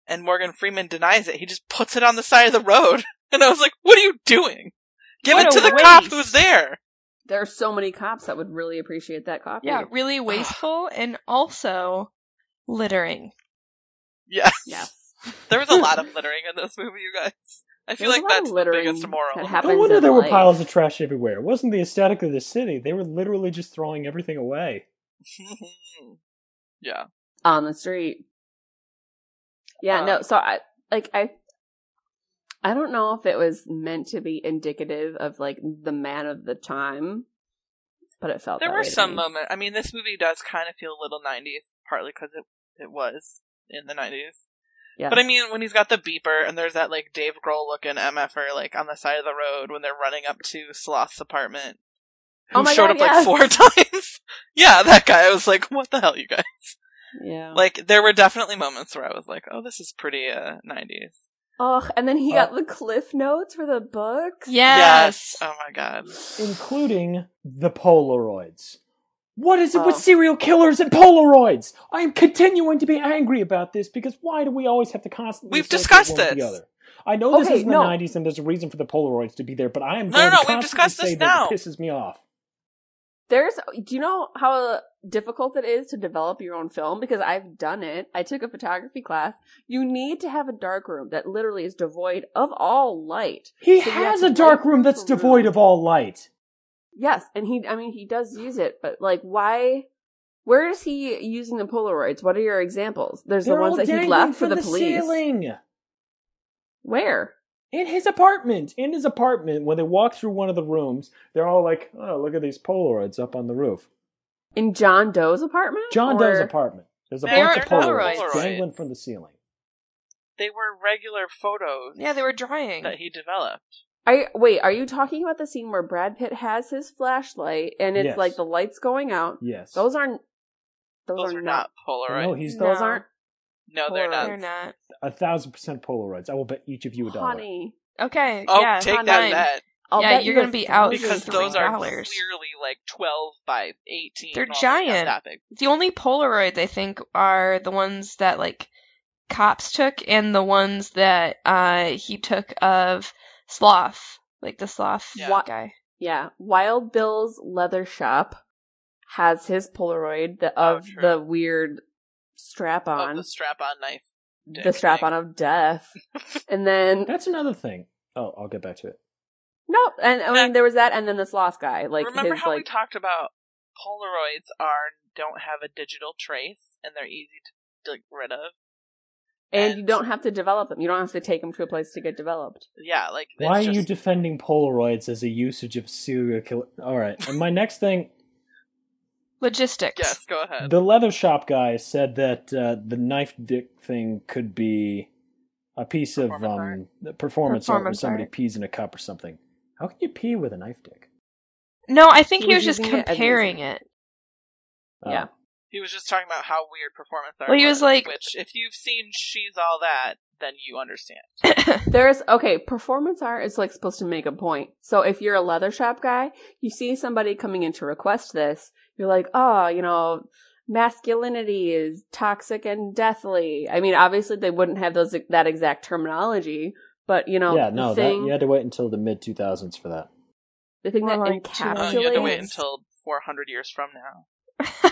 Speaker 4: and Morgan Freeman denies it, he just puts it on the side of the road. And I was like, what are you doing? Give
Speaker 3: What
Speaker 4: it
Speaker 3: a
Speaker 4: to the cop
Speaker 3: waste.
Speaker 4: who's there.
Speaker 1: there are so many cops that would really appreciate that coffee
Speaker 3: Yeah, really wasteful and also littering.
Speaker 4: Yes.
Speaker 1: yes
Speaker 4: There was a lot of littering in this movie, you guys. I feel
Speaker 1: There's a
Speaker 4: like
Speaker 1: lot of
Speaker 4: that's the
Speaker 1: littering
Speaker 4: biggest moral.
Speaker 1: that
Speaker 4: of
Speaker 1: happens
Speaker 2: No wonder
Speaker 1: in
Speaker 2: there were
Speaker 1: life.
Speaker 2: piles of trash everywhere. It wasn't the aesthetic of the city. They were literally just throwing everything away.
Speaker 4: it. yeah.
Speaker 1: on the street. Yeah,
Speaker 4: Um,
Speaker 1: no. So I like I I don't know if it was meant to be indicative of like the man of the time, but it felt
Speaker 4: There
Speaker 1: that
Speaker 4: were
Speaker 1: way to
Speaker 4: some
Speaker 1: me.
Speaker 4: moments. I mean, this movie does kind of feel a little 90s, partly because it, it was in the 90s.
Speaker 1: Yes.
Speaker 4: But I mean, when he's got the beeper and there's that like Dave Grohl looking MFer like on the side of the road when they're running up to Sloth's apartment, who
Speaker 1: Oh my
Speaker 4: showed
Speaker 1: God,
Speaker 4: up like
Speaker 1: yes.
Speaker 4: four times. yeah, that guy. I was like, what the hell, you guys?
Speaker 1: yeah.
Speaker 4: Like, there were definitely moments where I was like, oh, this is pretty uh, 90s.
Speaker 1: Ugh, and then he
Speaker 2: Uh,
Speaker 1: got the cliff notes for the books.
Speaker 3: Yes.
Speaker 4: Oh my god.
Speaker 2: including the Polaroids. What is it with
Speaker 4: Oh.
Speaker 2: serial killers and Polaroids? I am continuing to be angry about this because why do we always have to constantly
Speaker 4: We've
Speaker 2: associate
Speaker 4: discussed
Speaker 2: one with
Speaker 4: this.
Speaker 2: the other? I know this
Speaker 1: Okay,
Speaker 2: is in the
Speaker 1: no.
Speaker 2: 90s and there's a reason for the Polaroids to be there, but I am
Speaker 4: No,
Speaker 2: going to
Speaker 4: no, no, we've
Speaker 2: constantly
Speaker 4: discussed
Speaker 2: say
Speaker 4: this
Speaker 2: that
Speaker 4: now.
Speaker 2: it pisses me off.
Speaker 1: There's do you know how difficult it is to develop your own film because I've done it. I took a photography class. You need to have a dark room that literally is devoid of all light.
Speaker 2: He
Speaker 1: So you have
Speaker 2: has
Speaker 1: to
Speaker 2: a
Speaker 1: light
Speaker 2: dark room
Speaker 1: up
Speaker 2: that's
Speaker 1: the
Speaker 2: devoid
Speaker 1: room.
Speaker 2: of all light.
Speaker 1: Yes, and he I mean he does use it, but like why where is he using the Polaroids? What are your examples? There's
Speaker 2: They're
Speaker 1: the
Speaker 2: all
Speaker 1: ones that he
Speaker 2: dangling
Speaker 1: left for
Speaker 2: from
Speaker 1: the, police.
Speaker 2: ceiling.
Speaker 1: Where?
Speaker 2: in his apartment. In his apartment, when they walk through one of the rooms, they're all like, "Oh, look at these Polaroids up on the roof."
Speaker 1: In John Doe's apartment?
Speaker 2: John
Speaker 1: Or-
Speaker 2: Doe's apartment. There's a
Speaker 4: They
Speaker 2: bunch of
Speaker 3: aren't
Speaker 2: Polaroids,
Speaker 3: Polaroids.
Speaker 2: dangling from the ceiling.
Speaker 4: They were regular photos
Speaker 3: Yeah, they were drying.
Speaker 4: that he developed.
Speaker 1: Are you- wait, are you talking about the scene where Brad Pitt has his flashlight and it's
Speaker 2: Yes.
Speaker 1: like the lights going out?
Speaker 2: Yes.
Speaker 1: Those aren't those,
Speaker 4: Those
Speaker 1: are,
Speaker 4: are not Polaroids.
Speaker 2: No,
Speaker 4: No,
Speaker 2: he's
Speaker 1: those
Speaker 2: the-
Speaker 1: aren't
Speaker 4: they're not.
Speaker 3: They're not.
Speaker 2: a thousand percent Polaroids. I will bet each of you a dollar.
Speaker 1: honey.
Speaker 3: Okay.
Speaker 4: Oh,
Speaker 3: yeah,
Speaker 4: take
Speaker 3: fine.
Speaker 4: that bet.
Speaker 1: I'll
Speaker 3: Yeah,
Speaker 1: bet
Speaker 3: you're
Speaker 1: you a
Speaker 3: gonna be out
Speaker 1: thousand
Speaker 4: Because
Speaker 1: to
Speaker 4: those
Speaker 1: Oh, three
Speaker 4: are
Speaker 1: dollars.
Speaker 4: clearly like 12 by 18.
Speaker 3: They're
Speaker 4: Normally not
Speaker 3: giant.
Speaker 4: that big.
Speaker 3: The only Polaroids I think are the ones that like cops took and the ones that uh he took of Sloth, like the Sloth
Speaker 4: Yeah.
Speaker 1: What-
Speaker 3: guy.
Speaker 1: Yeah, Wild Bill's leather shop has his Polaroid the,
Speaker 4: Oh,
Speaker 1: of
Speaker 4: true.
Speaker 1: the weird strap
Speaker 4: Of
Speaker 1: on,
Speaker 4: the strap on knife.
Speaker 1: the,
Speaker 4: dick
Speaker 1: strap
Speaker 4: thing.
Speaker 1: on of death, and then
Speaker 2: That's another thing. Oh, I'll get back to it.
Speaker 1: no, and I mean there was that, and then the sloth guy, like
Speaker 4: Remember
Speaker 1: his
Speaker 4: how we
Speaker 1: like
Speaker 4: talked about Polaroids are don't have a digital trace and they're easy to get rid of?
Speaker 1: and you don't have to develop them, you don't have to take them to a place to get developed.
Speaker 4: Yeah, like it's
Speaker 2: Why are
Speaker 4: just,
Speaker 2: you defending Polaroids as a usage of serial killer? All right. And my next thing,
Speaker 3: Logistics.
Speaker 4: Yes, go ahead.
Speaker 2: the leather shop guy said that uh, the knife dick thing could be a piece of
Speaker 4: Performance
Speaker 2: um, performance art where
Speaker 3: Performance
Speaker 2: somebody
Speaker 3: art.
Speaker 2: pees in a cup or something. How can you pee with a knife dick?
Speaker 3: No, I think
Speaker 1: He
Speaker 3: he,
Speaker 1: was
Speaker 3: was, just
Speaker 1: using it as an
Speaker 3: comparing
Speaker 1: example.
Speaker 3: it.
Speaker 2: Oh.
Speaker 1: Yeah.
Speaker 4: He was just talking about how weird performance art.
Speaker 3: Well, he was like-
Speaker 4: which if you've seen she's all that, then you understand.
Speaker 1: There's okay, performance art is like supposed to make a point. So if you're a leather shop guy, you see somebody coming in to request this, you're like, oh, you know, masculinity is toxic and deathly. I mean, obviously they wouldn't have those that exact terminology, but you know,
Speaker 2: yeah,
Speaker 1: the
Speaker 2: no,
Speaker 1: thing,
Speaker 2: that, you had to wait until the mid 2000s for that.
Speaker 1: the thing that
Speaker 7: Or like two-
Speaker 4: Oh, you have to wait
Speaker 1: encapsulates
Speaker 4: until 400 years from now.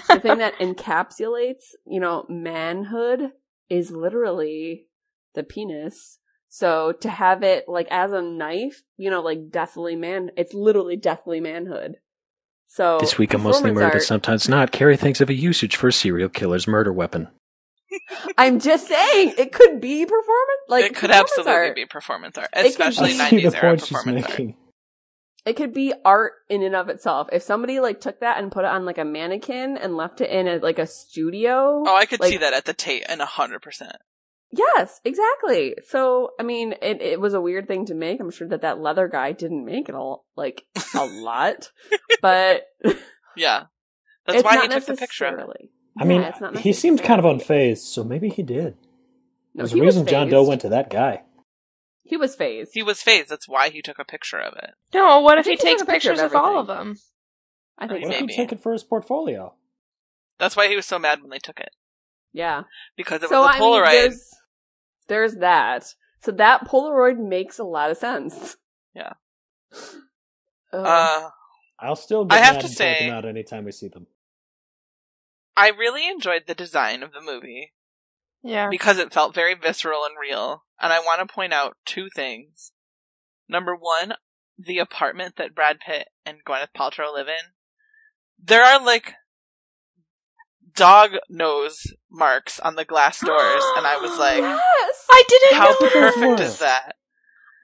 Speaker 1: the thing that encapsulates, you know, manhood is literally the penis. So to have it like as a knife, you know, like deathly man, it's literally deathly manhood. So
Speaker 6: This week on Mostly
Speaker 1: performance
Speaker 6: Murder,
Speaker 1: art-
Speaker 6: sometimes not, Carrie thinks of a usage for a serial killer's murder weapon.
Speaker 1: I'm just saying it could be performance. Like
Speaker 4: it could
Speaker 1: performance
Speaker 4: absolutely
Speaker 1: art.
Speaker 4: be performance art,
Speaker 1: could
Speaker 4: especially
Speaker 1: be-
Speaker 2: I see the
Speaker 4: 90s era
Speaker 2: point she's
Speaker 4: performance art.
Speaker 2: making.
Speaker 1: It could be art in and of itself. If somebody like took that and put it on like a mannequin and left it in a, like a studio,
Speaker 4: Oh, I could
Speaker 1: Like-
Speaker 4: see that at the Tate and 100%.
Speaker 1: Yes, exactly. So, I mean, it, it was a weird thing to make. I'm sure that that leather guy didn't make it all like a lot, but
Speaker 4: Yeah. That's
Speaker 1: it's
Speaker 4: why
Speaker 1: not
Speaker 4: he took the picture of it.
Speaker 1: necessarily-
Speaker 2: I mean,
Speaker 1: yeah, it's not
Speaker 2: he seemed kind of
Speaker 1: necessarily-
Speaker 2: unfazed, so maybe he did.
Speaker 1: No,
Speaker 2: There's
Speaker 1: he
Speaker 2: a
Speaker 1: was
Speaker 2: reason John Doe
Speaker 1: phased.
Speaker 2: went to that guy.
Speaker 1: He was phased.
Speaker 4: He was phased. That's why he took a picture of it.
Speaker 3: No, what
Speaker 1: I
Speaker 3: if he
Speaker 1: think he took
Speaker 3: takes
Speaker 1: a picture of
Speaker 3: pictures of, all of them?
Speaker 1: I think.
Speaker 2: What
Speaker 1: so.
Speaker 2: if
Speaker 4: Maybe.
Speaker 2: he took it for his portfolio?
Speaker 4: That's why he was so mad when they took it
Speaker 1: Yeah.
Speaker 4: because it
Speaker 1: so
Speaker 4: was a
Speaker 1: I mean,
Speaker 4: Polaroid.
Speaker 1: there's there's that. So that Polaroid makes a lot of sense. Oh.
Speaker 4: Yeah.
Speaker 1: Ugh.
Speaker 4: uh,
Speaker 2: I'll still
Speaker 4: I
Speaker 2: get
Speaker 4: have
Speaker 2: mad
Speaker 4: to
Speaker 2: and
Speaker 4: say-
Speaker 2: point them out anytime we see them.
Speaker 4: I really enjoyed the design of the movie
Speaker 3: Yeah.
Speaker 4: because it felt very visceral and real. And I want to point out two things. Number one, the apartment that Brad Pitt and Gwyneth Paltrow live in. There are like dog nose marks on the glass doors, and I was like,
Speaker 1: yes,
Speaker 3: I didn't
Speaker 4: how
Speaker 3: know.
Speaker 2: those
Speaker 4: perfect
Speaker 2: were.
Speaker 4: is that?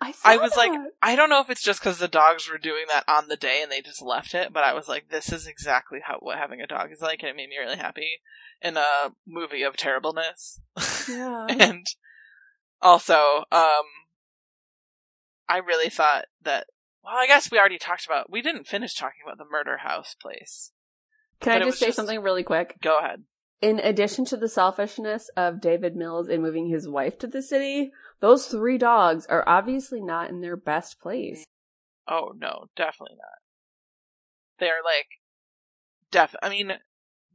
Speaker 1: I,
Speaker 4: I
Speaker 1: saw
Speaker 4: was like,
Speaker 1: that.
Speaker 4: I don't know if it's just because the dogs were doing that on the day and they just left it, but I was like, this is exactly how what having a dog is like, and it made me really happy in a movie of terribleness.
Speaker 1: yeah.
Speaker 4: and also, um, I really thought that. Well, I guess we already talked about. We didn't finish talking about the murder house place.
Speaker 1: Can
Speaker 4: But it
Speaker 1: I
Speaker 4: was
Speaker 1: just say
Speaker 4: just-
Speaker 1: something really quick?
Speaker 4: Go ahead.
Speaker 1: in addition to the selfishness of David Mills in moving his wife to the city, those three dogs are obviously not in their best place.
Speaker 4: Oh no, definitely not. They're like, def. I mean,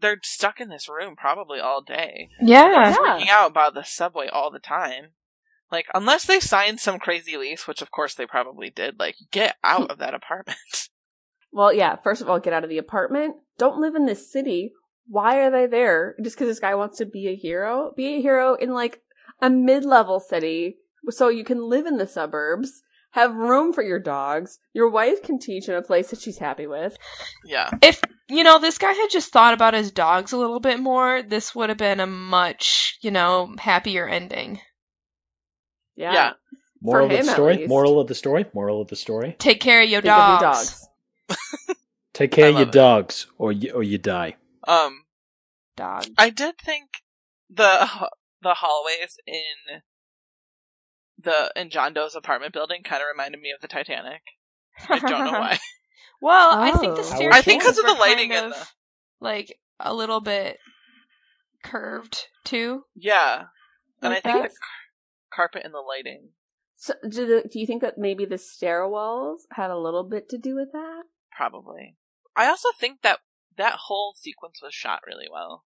Speaker 4: they're stuck in this room probably all day.
Speaker 3: Yeah.
Speaker 4: freaking out about the subway all the time. Like, unless they signed some crazy lease, which of course they probably did, like, get out of that apartment.
Speaker 1: Well, yeah, first of all, get out of the apartment. Don't live in this city. Why are they there? Just because this guy wants to be a hero? Be a hero in like a mid level city so you can live in the suburbs, have room for your dogs, your wife can teach in a place that she's happy with.
Speaker 4: yeah.
Speaker 3: If you know this guy had just thought about his dogs a little bit more, this would have been a much you know happier ending.
Speaker 1: Yeah.
Speaker 4: Yeah.
Speaker 2: Moral of
Speaker 1: him,
Speaker 2: the
Speaker 1: at
Speaker 2: story.
Speaker 1: least.
Speaker 2: Moral of the story. Moral of the story.
Speaker 3: Take care of your
Speaker 1: Think of
Speaker 3: dogs.
Speaker 1: your dogs.
Speaker 2: Take
Speaker 4: I
Speaker 2: care of your
Speaker 4: love it.
Speaker 2: dogs, or you, or you die.
Speaker 4: Um,
Speaker 3: Dog.
Speaker 4: I did think the the hallways in the in John Doe's apartment building kind of reminded me of the Titanic. I don't know why.
Speaker 3: Well, I think
Speaker 1: Oh.
Speaker 3: the
Speaker 2: I
Speaker 3: stairs.
Speaker 2: wish- I
Speaker 4: think 'cause of the
Speaker 3: were kind
Speaker 4: lighting and
Speaker 3: of,
Speaker 4: the-
Speaker 3: like a little bit curved too.
Speaker 4: yeah, and I
Speaker 1: Like
Speaker 4: think
Speaker 1: that.
Speaker 4: the carpet and the lighting.
Speaker 1: So, do, the, do you think that maybe the stairwells had a little bit to do with that?
Speaker 4: Probably. I also think that that whole sequence was shot really well.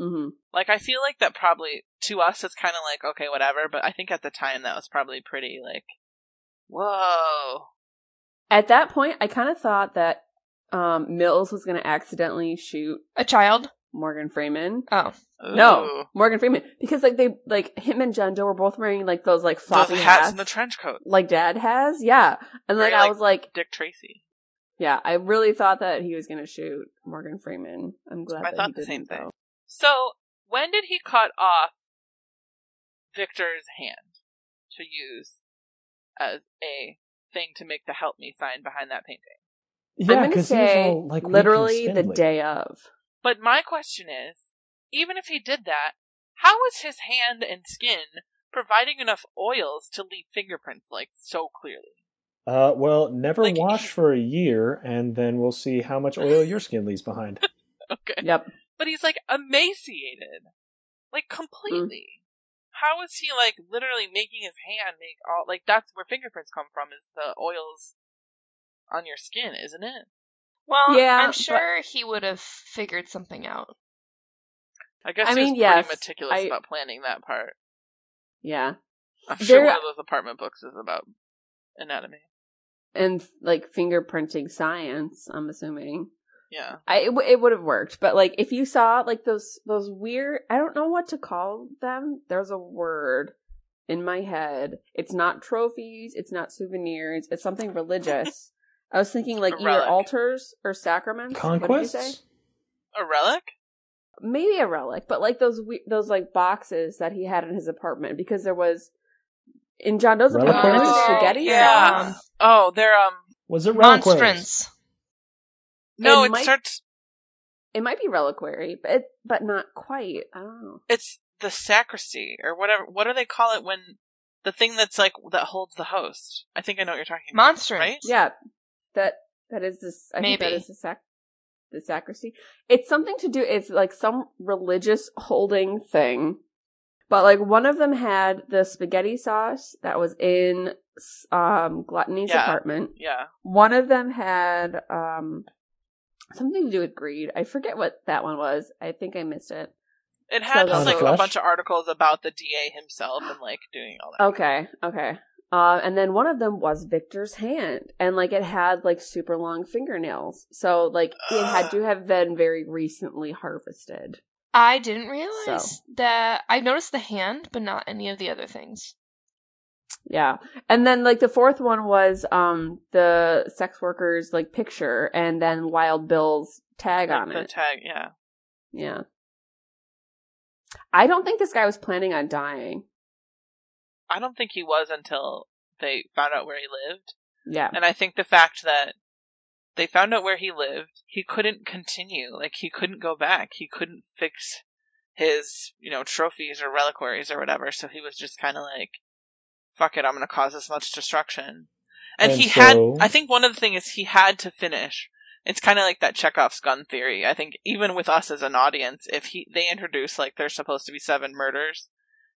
Speaker 1: Mm-hmm.
Speaker 4: Like, I feel like that probably, to us, it's kind of like, okay, whatever, but I think at the time that was probably pretty, like, whoa.
Speaker 1: At that point, I kind of thought that um, Mills was going to accidentally shoot
Speaker 3: A child.
Speaker 1: Morgan Freeman.
Speaker 3: Oh,
Speaker 4: Ooh.
Speaker 1: No, Morgan Freeman, because like they like him and John Doe were both wearing like those like
Speaker 4: Those
Speaker 1: floppy
Speaker 4: hats,
Speaker 1: hats,
Speaker 4: and the trench coat.
Speaker 1: like Dad has. Yeah, and like
Speaker 4: Very,
Speaker 1: I
Speaker 4: like-
Speaker 1: was like,
Speaker 4: Dick Tracy.
Speaker 1: yeah, I really thought that he was going to shoot Morgan Freeman. I'm glad
Speaker 4: I
Speaker 1: that
Speaker 4: thought
Speaker 1: he
Speaker 4: the same
Speaker 1: didn't,
Speaker 4: thing.
Speaker 1: though.
Speaker 4: So, when did he cut off Victor's hand to use as a thing to make the help me sign behind that painting?
Speaker 1: I'm
Speaker 2: Yeah,
Speaker 1: going to
Speaker 2: because he was
Speaker 1: say
Speaker 2: all like weak and
Speaker 1: literally the
Speaker 2: spindly.
Speaker 1: day of.
Speaker 4: But my question is, even if he did that, how is his hand and skin providing enough oils to leave fingerprints like so clearly?
Speaker 2: Uh, well, never
Speaker 4: Like,
Speaker 2: wash
Speaker 4: he-
Speaker 2: for a year, and then we'll see how much oil your skin leaves behind.
Speaker 4: Okay.
Speaker 1: Yep,
Speaker 4: but he's like emaciated, like completely.
Speaker 7: Hmm.
Speaker 4: How is he like literally making his hand make all like that's where fingerprints come from is the oils on your skin, isn't it?
Speaker 3: Well,
Speaker 7: Yeah,
Speaker 3: I'm
Speaker 7: but-
Speaker 3: sure he would have figured something out.
Speaker 4: I guess
Speaker 7: I
Speaker 4: he was
Speaker 7: mean,
Speaker 4: pretty
Speaker 7: yes,
Speaker 4: meticulous
Speaker 7: I-
Speaker 4: about planning that part.
Speaker 1: Yeah.
Speaker 4: I'm sure
Speaker 7: There-
Speaker 4: one of those apartment books is about anatomy.
Speaker 1: And like fingerprinting science, I'm assuming.
Speaker 4: Yeah.
Speaker 1: I it, w- it would have worked, but like if you saw like those those weird I don't know what to call them. There's a word in my head. It's not trophies, it's not souvenirs, it's something religious. I was thinking like
Speaker 4: A
Speaker 1: either
Speaker 4: relic.
Speaker 1: altars or sacraments. What did you say?
Speaker 2: Conquests?
Speaker 4: A relic?
Speaker 1: maybe a relic, but like those we- those like boxes that he had in his apartment because there was in John Doe's apartment there was a
Speaker 2: Reliquaries?
Speaker 1: spaghetti
Speaker 4: Oh, yeah.
Speaker 1: sauce.
Speaker 4: Oh, they're um
Speaker 2: Was it reliquaries?
Speaker 3: Monstrance.
Speaker 4: no,
Speaker 1: It
Speaker 4: it
Speaker 1: might-
Speaker 4: starts
Speaker 1: It might be reliquary, but it, but not quite. I don't know.
Speaker 4: it's the sacristy or whatever what do they call it when the thing that's like that holds the host. I think I know what you're talking about.
Speaker 3: Monstrance.
Speaker 4: Right?
Speaker 1: Yeah, that that is this. I think
Speaker 3: Maybe.
Speaker 1: that is the sac the sacristy. It's something to do. It's like some religious holding thing. But like one of them had the spaghetti sauce that was in um Gluttony's
Speaker 4: Yeah.
Speaker 1: apartment.
Speaker 4: Yeah.
Speaker 1: One of them had um something to do with greed. I forget what that one was. I think I missed it.
Speaker 4: It had
Speaker 1: So
Speaker 4: just, like
Speaker 2: that's-
Speaker 4: a bunch of articles about the DA himself and like doing all that.
Speaker 1: Okay, okay. Uh, and then one of them was Victor's hand, and like it had like super long fingernails, so like it had to have been very recently harvested.
Speaker 3: I didn't realize
Speaker 1: So.
Speaker 3: that. I noticed the hand, but not any of the other things.
Speaker 1: Yeah, and then like the fourth one was um the sex worker's like picture, and then Wild Bill's tag on
Speaker 4: the
Speaker 1: it.
Speaker 4: tag, yeah.
Speaker 1: Yeah. I don't think this guy was planning on dying.
Speaker 4: I don't think he was until they found out where he lived.
Speaker 1: Yeah.
Speaker 4: And I think the fact that they found out where he lived, he couldn't continue. Like he couldn't go back. He couldn't fix his, you know, trophies or reliquaries or whatever. So he was just kind of like, "Fuck it, I'm going to cause this much destruction." And,
Speaker 2: And
Speaker 4: he
Speaker 2: so-
Speaker 4: had. I think one of the things is he had to finish. It's kind of like that Chekhov's gun theory. I think even with us as an audience, if he they introduce like there's supposed to be seven murders,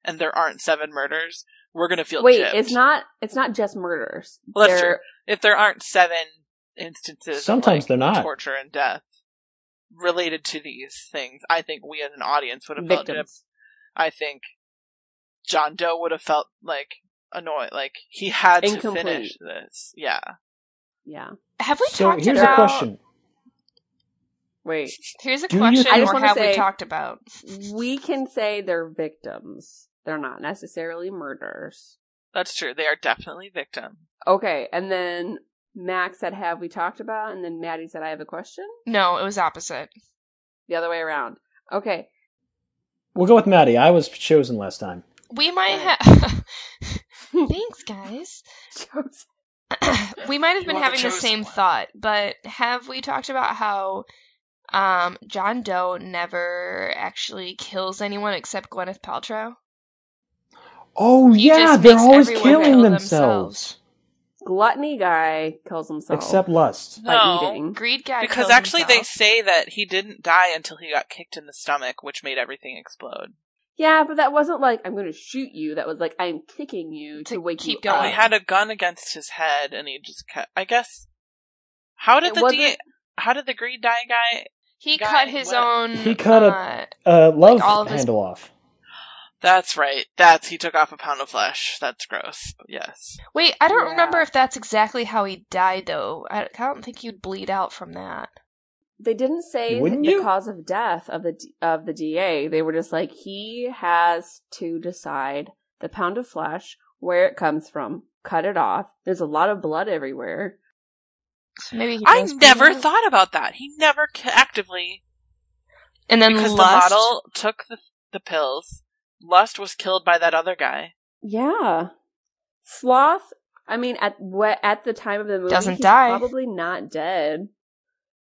Speaker 4: and there aren't seven murders, we're gonna feel
Speaker 1: Wait,
Speaker 4: gypped.
Speaker 1: it's not it's not just murders.
Speaker 4: Well, that's
Speaker 1: They're-
Speaker 4: true. if there aren't seven instances
Speaker 2: Sometimes
Speaker 4: of, like,
Speaker 2: they're not.
Speaker 4: torture and death related to these things i think we as an audience would have felt
Speaker 1: victims.
Speaker 4: i think john doe would have felt like annoyed like he had
Speaker 1: Incomplete.
Speaker 4: to finish this yeah
Speaker 1: Yeah.
Speaker 3: Have we
Speaker 2: so
Speaker 3: talked
Speaker 2: here's
Speaker 3: about?
Speaker 2: a question.
Speaker 1: Wait.
Speaker 3: Here's a
Speaker 2: Do you
Speaker 3: question,
Speaker 2: think- I
Speaker 1: just
Speaker 3: or
Speaker 1: wanna
Speaker 3: have we
Speaker 1: say-
Speaker 3: talked about?
Speaker 1: We can say they're victims. They're not necessarily murders.
Speaker 4: that's true they are definitely victims
Speaker 1: Okay, and then Max said, "Have we talked about?" And then Maddie said, "I have a question."
Speaker 3: No, it was opposite.
Speaker 1: The other way around. Okay.
Speaker 2: We'll go with Maddie. I was chosen last time.
Speaker 3: We might
Speaker 1: Right.
Speaker 3: have. Thanks, guys.
Speaker 1: Joseph-
Speaker 3: we might have
Speaker 4: You
Speaker 3: been
Speaker 4: are the
Speaker 3: having the
Speaker 4: chosen
Speaker 3: same
Speaker 4: one.
Speaker 3: thought, but have we talked about how um, John Doe never actually kills anyone except Gwyneth Paltrow?
Speaker 2: Oh
Speaker 3: He
Speaker 2: yeah,
Speaker 3: just
Speaker 2: they're
Speaker 3: makes
Speaker 2: always
Speaker 3: everyone
Speaker 2: killing
Speaker 3: kill
Speaker 2: themselves.
Speaker 1: Gluttony guy kills himself
Speaker 2: Except lust.
Speaker 1: by
Speaker 4: No.
Speaker 1: eating.
Speaker 3: Greed guy
Speaker 4: because
Speaker 3: kills
Speaker 4: actually they
Speaker 3: himself.
Speaker 4: say that he didn't die until he got kicked in the stomach which made everything explode
Speaker 1: Yeah, but that wasn't like I'm going to shoot you. That was like I'm kicking you to,
Speaker 3: To
Speaker 1: wake
Speaker 3: keep
Speaker 1: you
Speaker 4: no
Speaker 1: up.
Speaker 3: going.
Speaker 4: he had a gun against his head and he just cut i guess how did
Speaker 1: It
Speaker 4: the
Speaker 1: wasn't-
Speaker 4: DA how did the greed die guy
Speaker 3: he
Speaker 4: guy-
Speaker 3: cut his
Speaker 4: what-
Speaker 3: own.
Speaker 2: He cut a-
Speaker 3: uh,
Speaker 2: Uh, love
Speaker 3: Like all of his-
Speaker 2: handle off.
Speaker 4: That's right. That's he took off a pound of flesh. That's gross. Yes.
Speaker 3: Wait, I don't
Speaker 1: Yeah.
Speaker 3: remember if that's exactly how he died, though. I, I don't think you'd bleed out from that.
Speaker 1: They didn't say th-
Speaker 2: Wouldn't
Speaker 1: the
Speaker 2: you?
Speaker 1: cause of death of the D- of the DA. They were just like he has to decide the pound of flesh where it comes from, cut it off. There's a lot of blood everywhere.
Speaker 3: Maybe he
Speaker 4: I
Speaker 3: does bleed
Speaker 4: never
Speaker 3: out.
Speaker 4: thought about that. He never c- actively
Speaker 3: And then
Speaker 4: because
Speaker 3: lust.
Speaker 4: the model took the the pills. Lust was killed by that other guy.
Speaker 1: Yeah, sloth. I mean, at what at the time of the movie,
Speaker 3: Doesn't
Speaker 1: he's
Speaker 3: die.
Speaker 1: Probably not dead.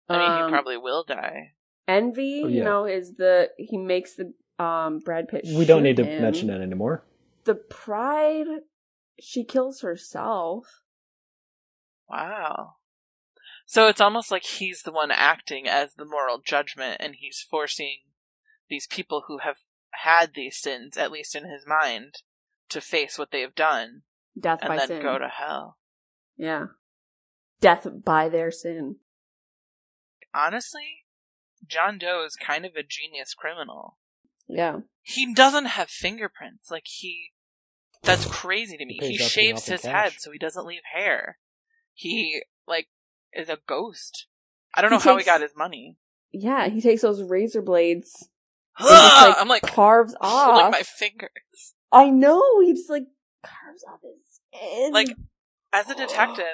Speaker 4: I mean,
Speaker 1: Um,
Speaker 4: he probably will die.
Speaker 1: envy.
Speaker 2: Oh,
Speaker 1: You
Speaker 2: yeah.
Speaker 1: know, is the he makes the um Brad Pitt.
Speaker 2: We don't need to
Speaker 1: shoot him.
Speaker 2: mention it anymore.
Speaker 1: The pride. She kills herself.
Speaker 4: Wow. So it's almost like he's the one acting as the moral judgment and he's forcing these people who have had these sins, at least in his mind, to face what they have done
Speaker 1: Death
Speaker 4: and
Speaker 1: by
Speaker 4: then
Speaker 1: sin.
Speaker 4: go to hell.
Speaker 1: yeah. Death by their sin.
Speaker 4: Honestly, John Doe is kind of a genius criminal.
Speaker 1: Yeah.
Speaker 4: He doesn't have fingerprints. Like he that's crazy to me.
Speaker 2: He
Speaker 4: He,
Speaker 2: pays nothing
Speaker 4: shaves
Speaker 2: off in
Speaker 4: his
Speaker 2: cash.
Speaker 4: head so he doesn't leave hair. He like is a ghost. I don't
Speaker 1: He
Speaker 4: know how he
Speaker 1: takes-
Speaker 4: got his money.
Speaker 1: Yeah, he takes those razor blades and just like,
Speaker 4: I'm like
Speaker 1: carves
Speaker 4: pulling
Speaker 1: off.
Speaker 4: my fingers.
Speaker 1: I know, he just like carves off his skin.
Speaker 4: Like, As a detective,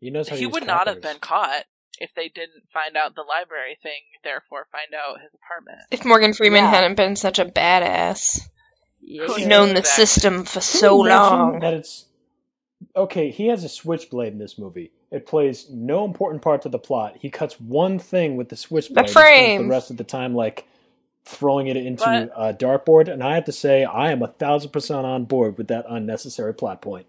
Speaker 2: He knows how to
Speaker 4: he
Speaker 2: use
Speaker 4: would not have
Speaker 2: calipers.
Speaker 4: been caught if they didn't find out the library thing, therefore find out his apartment.
Speaker 3: If Morgan Freeman
Speaker 1: Yeah.
Speaker 3: hadn't been such a badass,
Speaker 1: Yeah.
Speaker 3: who'd known the
Speaker 4: Exactly.
Speaker 3: system for
Speaker 2: Can you
Speaker 3: so
Speaker 2: imagine
Speaker 3: long?
Speaker 2: that it's okay. He has a switchblade in this movie. It plays no important part to the plot. He cuts one thing with the switchblade. and spends
Speaker 3: frame.
Speaker 2: the rest of the time like throwing it into
Speaker 4: But-
Speaker 2: a dartboard. And I have to say, I am a thousand percent on board with that unnecessary plot point.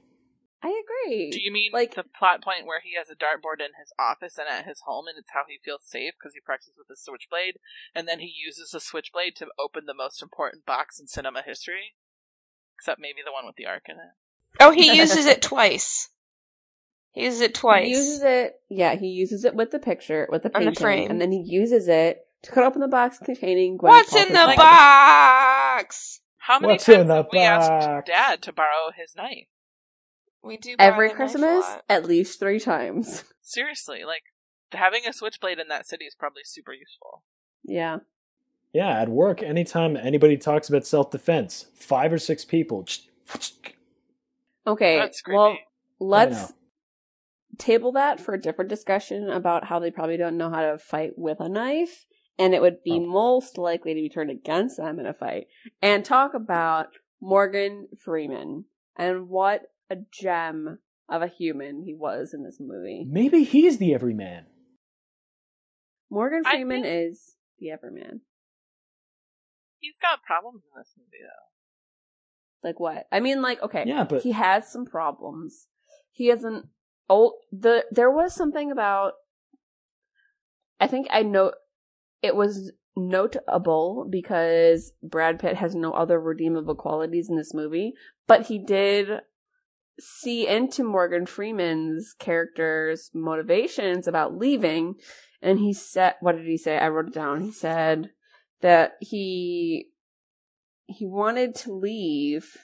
Speaker 1: I agree.
Speaker 4: Do you mean
Speaker 1: like
Speaker 4: like the plot point where he has a dartboard in his office and at his home, and it's how he feels safe because he practices with a switchblade, and then he uses the switchblade to open the most important box in cinema history, except maybe the one with the arc in it.
Speaker 3: Oh, he uses it twice. He uses it twice.
Speaker 1: he uses it? Yeah, he uses it with the picture, with the
Speaker 3: On the
Speaker 1: painting,
Speaker 3: frame.
Speaker 1: and then he uses it to cut open the box containing Gwen
Speaker 3: What's in the
Speaker 1: Paltrow's body.
Speaker 3: box?
Speaker 4: How many
Speaker 2: What's in
Speaker 4: times
Speaker 2: the
Speaker 4: have we asked
Speaker 2: box?
Speaker 4: Dad to borrow his knife?
Speaker 3: We do borrow
Speaker 1: Every
Speaker 3: the knife a
Speaker 1: Christmas,
Speaker 3: lot.
Speaker 1: at least three times.
Speaker 4: Seriously, like having a switchblade in that city is probably super useful.
Speaker 1: Yeah.
Speaker 2: Yeah, at work, anytime anybody talks about self defense, five or six people.
Speaker 1: Okay.
Speaker 4: That's creepy.
Speaker 1: well,
Speaker 2: know.
Speaker 1: let's table that for a different discussion about how they probably don't know how to fight with a knife and it would be
Speaker 2: Okay.
Speaker 1: most likely to be turned against them in a fight and talk about Morgan Freeman and what a gem of a human he was in this movie.
Speaker 2: Maybe he's the everyman.
Speaker 1: Morgan
Speaker 4: I
Speaker 1: Freeman
Speaker 4: think-
Speaker 1: is the Everman.
Speaker 4: He's got problems in this movie though.
Speaker 1: Like what? I mean, like okay,
Speaker 2: Yeah, but-
Speaker 1: he has some problems. He isn't. Oh, the there was something about. I think I know. It was notable because Brad Pitt has no other redeemable qualities in this movie, but he did see into Morgan Freeman's character's motivations about leaving, and he said, "What did he say?" I wrote it down. He said that he he wanted to leave.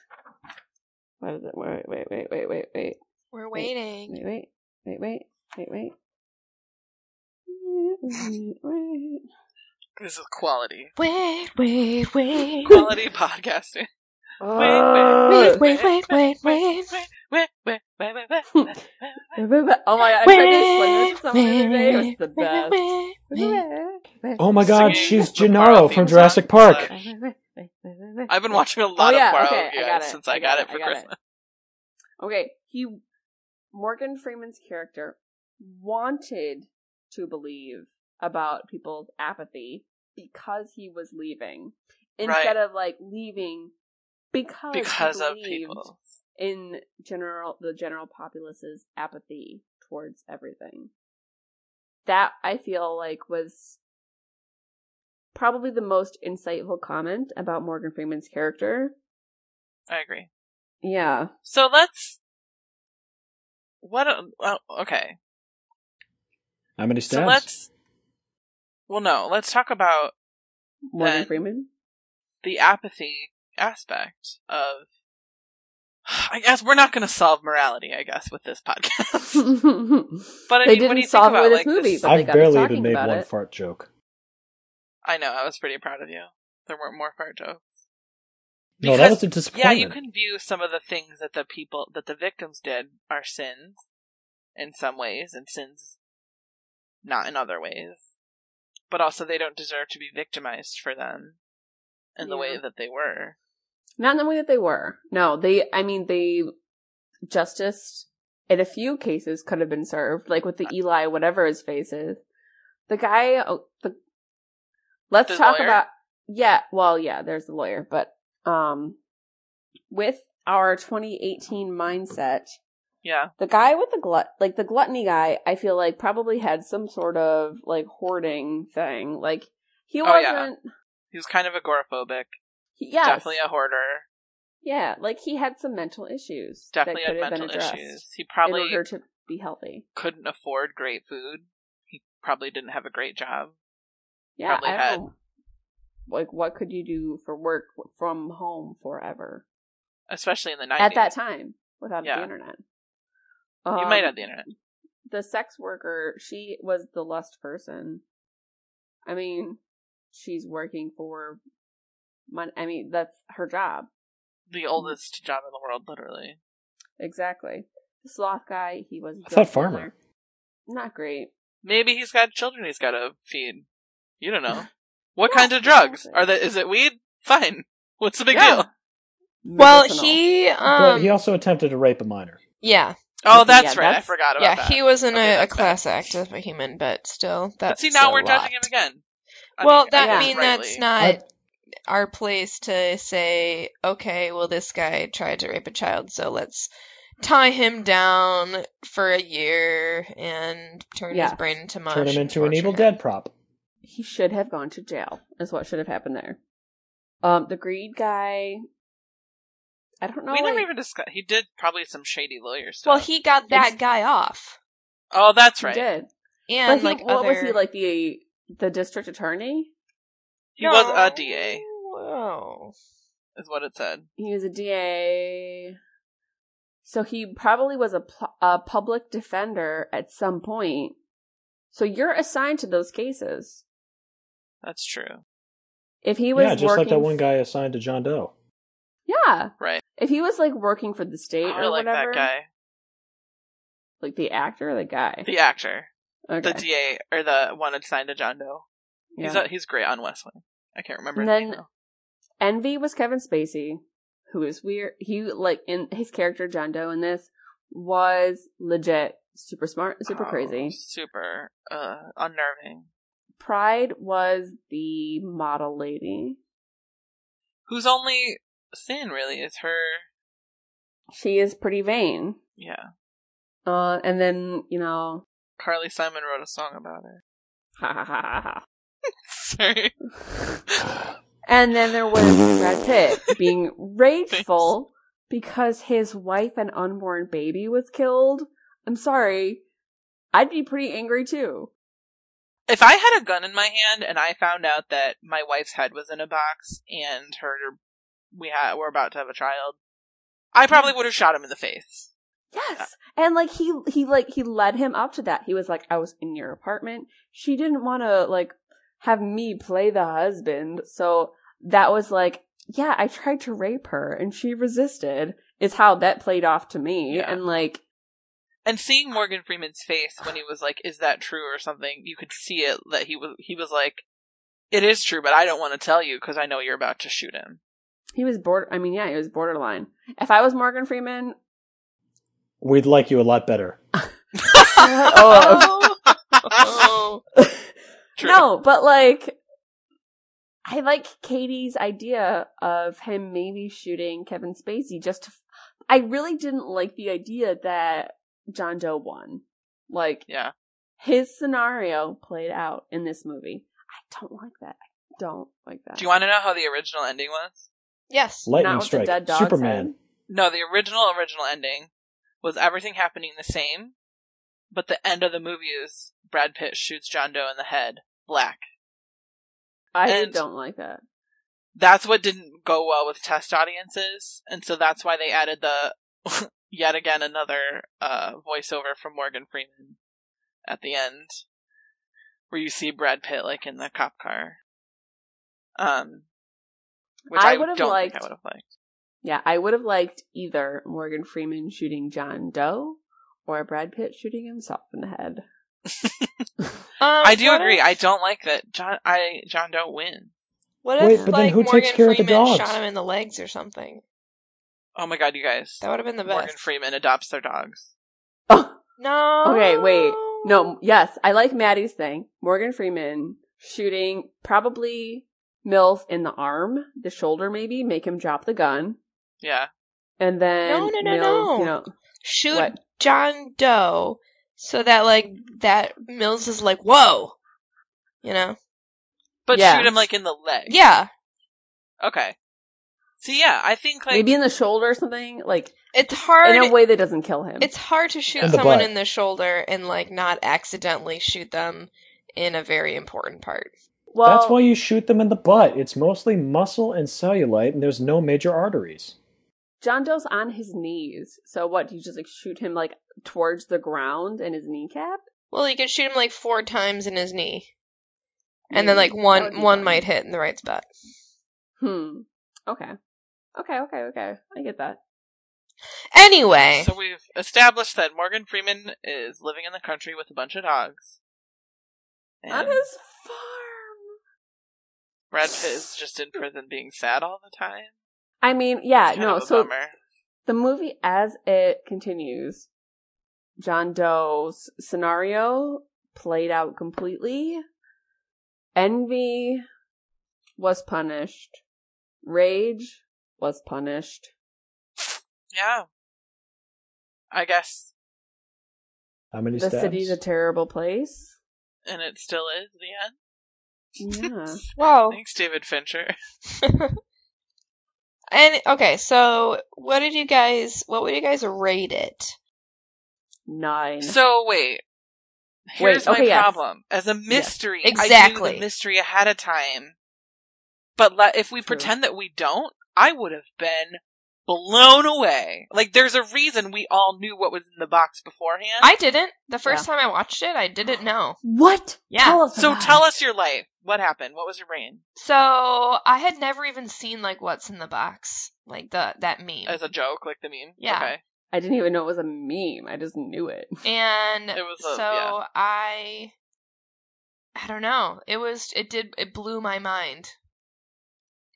Speaker 1: What is it? Wait, wait, wait, wait, wait, wait,
Speaker 3: We're
Speaker 1: Wait.
Speaker 3: waiting.
Speaker 1: wait, wait, wait, wait, wait, wait. Wait, wait.
Speaker 4: This is quality.
Speaker 3: Wait, wait, wait.
Speaker 4: Quality podcasting.
Speaker 1: Ugh.
Speaker 3: wait, wait, wait, wait.
Speaker 4: wait, wait, wait, wait, wait.
Speaker 1: Oh my god! I tried to explain this to someone the other day. It was the best.
Speaker 3: wait, wait.
Speaker 2: Oh my god,
Speaker 4: Singing
Speaker 2: she's
Speaker 4: the
Speaker 2: Gennaro
Speaker 4: Poirot
Speaker 2: from
Speaker 4: theme
Speaker 2: Jurassic
Speaker 4: song.
Speaker 2: Park.
Speaker 4: Sucks. I've been watching a
Speaker 1: Oh
Speaker 4: lot
Speaker 1: yeah,
Speaker 4: of Poirot
Speaker 1: okay,
Speaker 4: guys
Speaker 1: I got it Oh,
Speaker 4: since I, got, it for Christmas.
Speaker 1: Okay, he Morgan Freeman's character wanted to believe about people's apathy because he was leaving instead of like leaving because he
Speaker 4: Because of
Speaker 1: believed
Speaker 4: people.
Speaker 1: in general the general populace's apathy towards everything. That I feel like was probably the most insightful comment about Morgan Freeman's character.
Speaker 4: I agree.
Speaker 1: Yeah.
Speaker 4: So let's. What? A, well, okay.
Speaker 2: How many
Speaker 4: So
Speaker 2: stabs?
Speaker 4: let's. Well, no. Let's talk about
Speaker 1: Morgan
Speaker 4: Then-
Speaker 1: Freeman.
Speaker 4: the apathy aspect of. I guess we're not going to solve morality. I guess with this podcast. But I
Speaker 1: they
Speaker 4: mean, what do
Speaker 1: didn't
Speaker 4: you think
Speaker 1: solve it
Speaker 4: about,
Speaker 1: with
Speaker 4: like,
Speaker 1: this movie,
Speaker 4: this-
Speaker 1: but they
Speaker 2: I've
Speaker 1: got us
Speaker 2: barely
Speaker 1: talking
Speaker 2: even made
Speaker 1: about
Speaker 2: one
Speaker 1: it.
Speaker 2: fart joke.
Speaker 4: I know. I was pretty proud of you. There weren't more fart jokes.
Speaker 2: No, that was a disappointment.
Speaker 4: Yeah, you can view some of the things that the people that the victims did are sins in some ways, and sins not in other ways. But also, they don't deserve to be victimized for them in the
Speaker 1: Yeah.
Speaker 4: way that they were.
Speaker 1: Not in the way that they were. No, they. I mean, they justice in a few cases could have been served, like with
Speaker 4: Uh,
Speaker 1: the Eli, whatever his face is. The guy. Oh, the, let's
Speaker 4: The
Speaker 1: talk
Speaker 4: lawyer?
Speaker 1: about. Yeah. Well, yeah. There's the lawyer, but um, with our 2018 mindset,
Speaker 4: Yeah.
Speaker 1: The guy with the glut, like the gluttony guy, I feel like probably had some sort of like hoarding thing. Like he
Speaker 4: Oh, yeah.
Speaker 1: wasn't.
Speaker 4: He was kind of agoraphobic.
Speaker 1: he- yes.
Speaker 4: Definitely a hoarder.
Speaker 1: yeah. Like he had some mental issues. that
Speaker 4: Definitely
Speaker 1: could
Speaker 4: had
Speaker 1: have been
Speaker 4: mental
Speaker 1: addressed
Speaker 4: issues. He
Speaker 1: in
Speaker 4: probably
Speaker 1: order to be healthy.
Speaker 4: couldn't afford great food. He probably didn't have a great job.
Speaker 1: Yeah,
Speaker 4: Probably
Speaker 1: I don't
Speaker 4: had-
Speaker 1: know. Like, what could you do for work from home forever
Speaker 4: Especially in the 90s.
Speaker 1: at that time without
Speaker 4: Yeah.
Speaker 1: the internet?
Speaker 4: you
Speaker 1: Um,
Speaker 4: might have the internet.
Speaker 1: the sex worker, she was the lust person. I mean, she's working for money. I mean, that's her job.
Speaker 4: The oldest job in the world, literally.
Speaker 1: Exactly. The sloth guy, he was. a
Speaker 2: I thought
Speaker 1: drug
Speaker 2: farmer.
Speaker 1: dealer. Not great.
Speaker 4: Maybe he's got children he's got to feed. You don't know. What
Speaker 1: Yeah,
Speaker 4: kinds of drugs?
Speaker 1: exactly.
Speaker 4: Are that is it weed? Fine. What's the big
Speaker 1: Yeah.
Speaker 4: deal?
Speaker 3: Well,
Speaker 1: Medicinal.
Speaker 3: he
Speaker 2: but
Speaker 3: um
Speaker 2: he also attempted to rape a minor.
Speaker 3: yeah
Speaker 4: Oh,
Speaker 1: Okay,
Speaker 4: that's
Speaker 1: yeah,
Speaker 4: right. I
Speaker 1: that's-
Speaker 4: forgot about
Speaker 3: yeah
Speaker 4: that.
Speaker 3: he was in
Speaker 4: Okay,
Speaker 3: a, a
Speaker 4: that's bad.
Speaker 3: class act of a human, but still
Speaker 4: But
Speaker 3: that's
Speaker 4: see, now
Speaker 3: a
Speaker 4: we're
Speaker 3: lot.
Speaker 4: judging him again. I
Speaker 3: well,
Speaker 4: mean, I
Speaker 3: that
Speaker 1: Yeah.
Speaker 4: guess
Speaker 3: mean that's
Speaker 4: rightly.
Speaker 3: not
Speaker 2: I-
Speaker 3: our place to say, okay, well this guy tried to rape a child, so let's tie him down for a year and turn
Speaker 1: Yes.
Speaker 3: his brain into mush.
Speaker 2: Turn him
Speaker 3: and
Speaker 2: into an
Speaker 3: torture
Speaker 2: evil
Speaker 3: him.
Speaker 2: dead prop.
Speaker 1: he should have gone to jail is what should have happened there um the greed guy i don't know
Speaker 4: we never
Speaker 1: like-
Speaker 4: even discussed. He did probably some shady lawyer stuff.
Speaker 3: Well, he got that guy off,
Speaker 4: Oh, that's
Speaker 1: he
Speaker 4: right.
Speaker 1: did but
Speaker 3: and
Speaker 1: he,
Speaker 3: like
Speaker 1: what
Speaker 3: other.
Speaker 1: was he like the the district attorney
Speaker 4: He was a
Speaker 3: No.
Speaker 4: DA,
Speaker 3: Whoa.
Speaker 4: is what it said.
Speaker 1: he was a da so he probably was a, pu- a public defender at some point so you're assigned to those cases
Speaker 4: That's true.
Speaker 1: if he was
Speaker 2: Yeah, just
Speaker 1: working
Speaker 2: like that one guy assigned to John Doe.
Speaker 1: yeah
Speaker 4: Right.
Speaker 1: if he was like working for the state
Speaker 4: I
Speaker 1: or
Speaker 4: like
Speaker 1: whatever
Speaker 4: that guy,
Speaker 1: like the actor or the guy
Speaker 4: the actor,
Speaker 1: okay.
Speaker 4: the DA, or the one assigned to John Doe. He's
Speaker 1: yeah.
Speaker 4: a, he's great on West Wing. I can't remember.
Speaker 1: And
Speaker 4: his name
Speaker 1: then-
Speaker 4: now.
Speaker 1: Envy was Kevin Spacey, who is weird. He like in his character John Doe in this was legit super smart, super
Speaker 4: Oh,
Speaker 1: crazy.
Speaker 4: super uh, unnerving.
Speaker 1: Pride was the model lady.
Speaker 4: Whose only sin really is her.
Speaker 1: She is pretty vain.
Speaker 4: Yeah,
Speaker 1: Uh, and then you know,
Speaker 4: Carly Simon wrote a song about it.
Speaker 1: ha ha ha ha. ha.
Speaker 4: Sorry.
Speaker 1: And then there was Brad Pitt being rageful because his wife and unborn baby was killed. I'm sorry, I'd be pretty angry too.
Speaker 4: If I had a gun in my hand and I found out that my wife's head was in a box and her we had we're about to have a child, I probably would have shot him in the face.
Speaker 1: Yes. And like he he like he led him up to that. He was like, I was in your apartment. She didn't want to like have me play the husband. So that was like, yeah, I tried to rape her and she resisted is how that played off to me.
Speaker 4: Yeah.
Speaker 1: And like
Speaker 4: And seeing Morgan Freeman's face when he was like, "Is that true?" or something, you could see it that he was he was like, "It is true, but I don't want to tell you because I know you're about to shoot him."
Speaker 1: he was border I mean, yeah, he was borderline. If I was Morgan Freeman,
Speaker 2: We'd like you a lot better.
Speaker 1: oh,
Speaker 3: Oh.
Speaker 4: True.
Speaker 1: no, but like I like Katie's idea of him maybe shooting Kevin Spacey just to I really didn't like the idea that John Doe won. Like
Speaker 4: Yeah.
Speaker 1: his scenario played out in this movie. I don't like that. I don't like that.
Speaker 4: Do you want to know how the original ending was?
Speaker 3: Yes.
Speaker 2: Lightning
Speaker 1: with the
Speaker 2: strike.
Speaker 1: dead dog's
Speaker 2: Superman.
Speaker 1: head.
Speaker 4: No, the original original ending was everything happening the same, but the end of the movie is Brad Pitt shoots John Doe in the head, black.
Speaker 1: I
Speaker 4: And-
Speaker 1: don't like that.
Speaker 4: That's what didn't go well with test audiences, and so that's why they added the yet again another uh, voiceover from Morgan Freeman at the end, where you see Brad Pitt like in the cop car. Um, which
Speaker 1: I
Speaker 4: I,
Speaker 1: would've
Speaker 4: don't think
Speaker 1: liked-
Speaker 4: I would have liked.
Speaker 1: Yeah, I would have liked either Morgan Freeman shooting John Doe or Brad Pitt shooting himself in the head.
Speaker 3: Um,
Speaker 4: I do
Speaker 3: what
Speaker 4: agree.
Speaker 3: if-
Speaker 4: I don't like that John. I John Doe wins.
Speaker 3: What if
Speaker 2: Wait, but then
Speaker 3: like
Speaker 2: who takes
Speaker 3: Morgan
Speaker 2: care of the
Speaker 3: Freeman
Speaker 2: dogs?
Speaker 3: shot him in the legs or something?
Speaker 4: Oh my god, you guys!
Speaker 3: That would have been the best.
Speaker 4: Morgan Freeman adopts their dogs.
Speaker 1: Oh,
Speaker 3: No.
Speaker 1: Okay, wait. No, yes, I like Maddie's thing. Morgan Freeman shooting probably Mills in the arm, the shoulder maybe, make him drop the gun.
Speaker 4: Yeah.
Speaker 1: And then
Speaker 3: No, no, no,
Speaker 1: Mills,
Speaker 3: no.
Speaker 1: you know,
Speaker 3: Shoot
Speaker 1: What?
Speaker 3: John Doe so that like that Mills is like, whoa, you know?
Speaker 4: But
Speaker 1: Yeah.
Speaker 4: shoot him like in the leg.
Speaker 3: Yeah,
Speaker 4: Okay. So yeah, I think like
Speaker 1: Maybe in the shoulder or something, like
Speaker 3: it's hard.
Speaker 1: in a way um, that doesn't kill him.
Speaker 3: It's hard to shoot
Speaker 2: And the
Speaker 3: someone
Speaker 2: butt.
Speaker 3: in the shoulder and like not accidentally shoot them in a very important part.
Speaker 1: well,
Speaker 2: That's why you shoot them in the butt. It's mostly muscle and cellulite, and there's no major arteries.
Speaker 1: John Doe's on his knees. So what? Do you just like shoot him like towards the ground in his kneecap?
Speaker 3: Well, you can shoot him like four times in his knee, and then
Speaker 1: Maybe.
Speaker 3: like
Speaker 1: Mm, That would
Speaker 3: one
Speaker 1: be
Speaker 3: one
Speaker 1: fine.
Speaker 3: might hit in the right spot.
Speaker 1: Hmm. Okay. Okay. Okay. Okay. I get that.
Speaker 3: Anyway,
Speaker 4: so we've established that Morgan Freeman is living in the country with a bunch of dogs.
Speaker 1: On
Speaker 4: And
Speaker 1: his farm.
Speaker 4: Brad Pitt is just in prison being sad all the time.
Speaker 1: I mean, yeah.
Speaker 4: Kind
Speaker 1: No.
Speaker 4: of a
Speaker 1: So
Speaker 4: bummer.
Speaker 1: the movie as it continues, John Doe's scenario played out completely. Envy was punished. Rage was punished.
Speaker 4: Yeah. I guess
Speaker 2: How many
Speaker 1: The
Speaker 2: stabs?
Speaker 1: city's a terrible place.
Speaker 4: and it still is the end.
Speaker 1: Yeah. Oh.
Speaker 3: whoa.
Speaker 4: Thanks, David Fincher.
Speaker 3: and okay, so what did you guys? What would you guys rate it?
Speaker 1: Nine.
Speaker 4: So wait.
Speaker 1: Wait,
Speaker 4: Here's
Speaker 1: okay,
Speaker 4: my
Speaker 1: yes.
Speaker 4: problem. As a mystery, I knew
Speaker 3: Exactly.
Speaker 4: the mystery ahead of time. But le- if we
Speaker 1: True.
Speaker 4: pretend that we don't, I would have been blown away. Like there's a reason we all knew what was in the box beforehand.
Speaker 3: I didn't. The first time I watched it, I didn't know.
Speaker 1: what?
Speaker 3: Yeah.
Speaker 1: Tell us
Speaker 4: so
Speaker 1: about
Speaker 4: tell
Speaker 1: it.
Speaker 4: us your life. What happened? What was your brain?
Speaker 3: So I had never even seen like what's in the box, like the that meme.
Speaker 4: As a joke, like the meme.
Speaker 3: Yeah.
Speaker 4: Okay.
Speaker 1: I didn't even know it was a meme. I just knew it.
Speaker 3: and
Speaker 4: It was a-
Speaker 3: so
Speaker 4: yeah.
Speaker 3: I, I don't know. It was it did it blew my mind.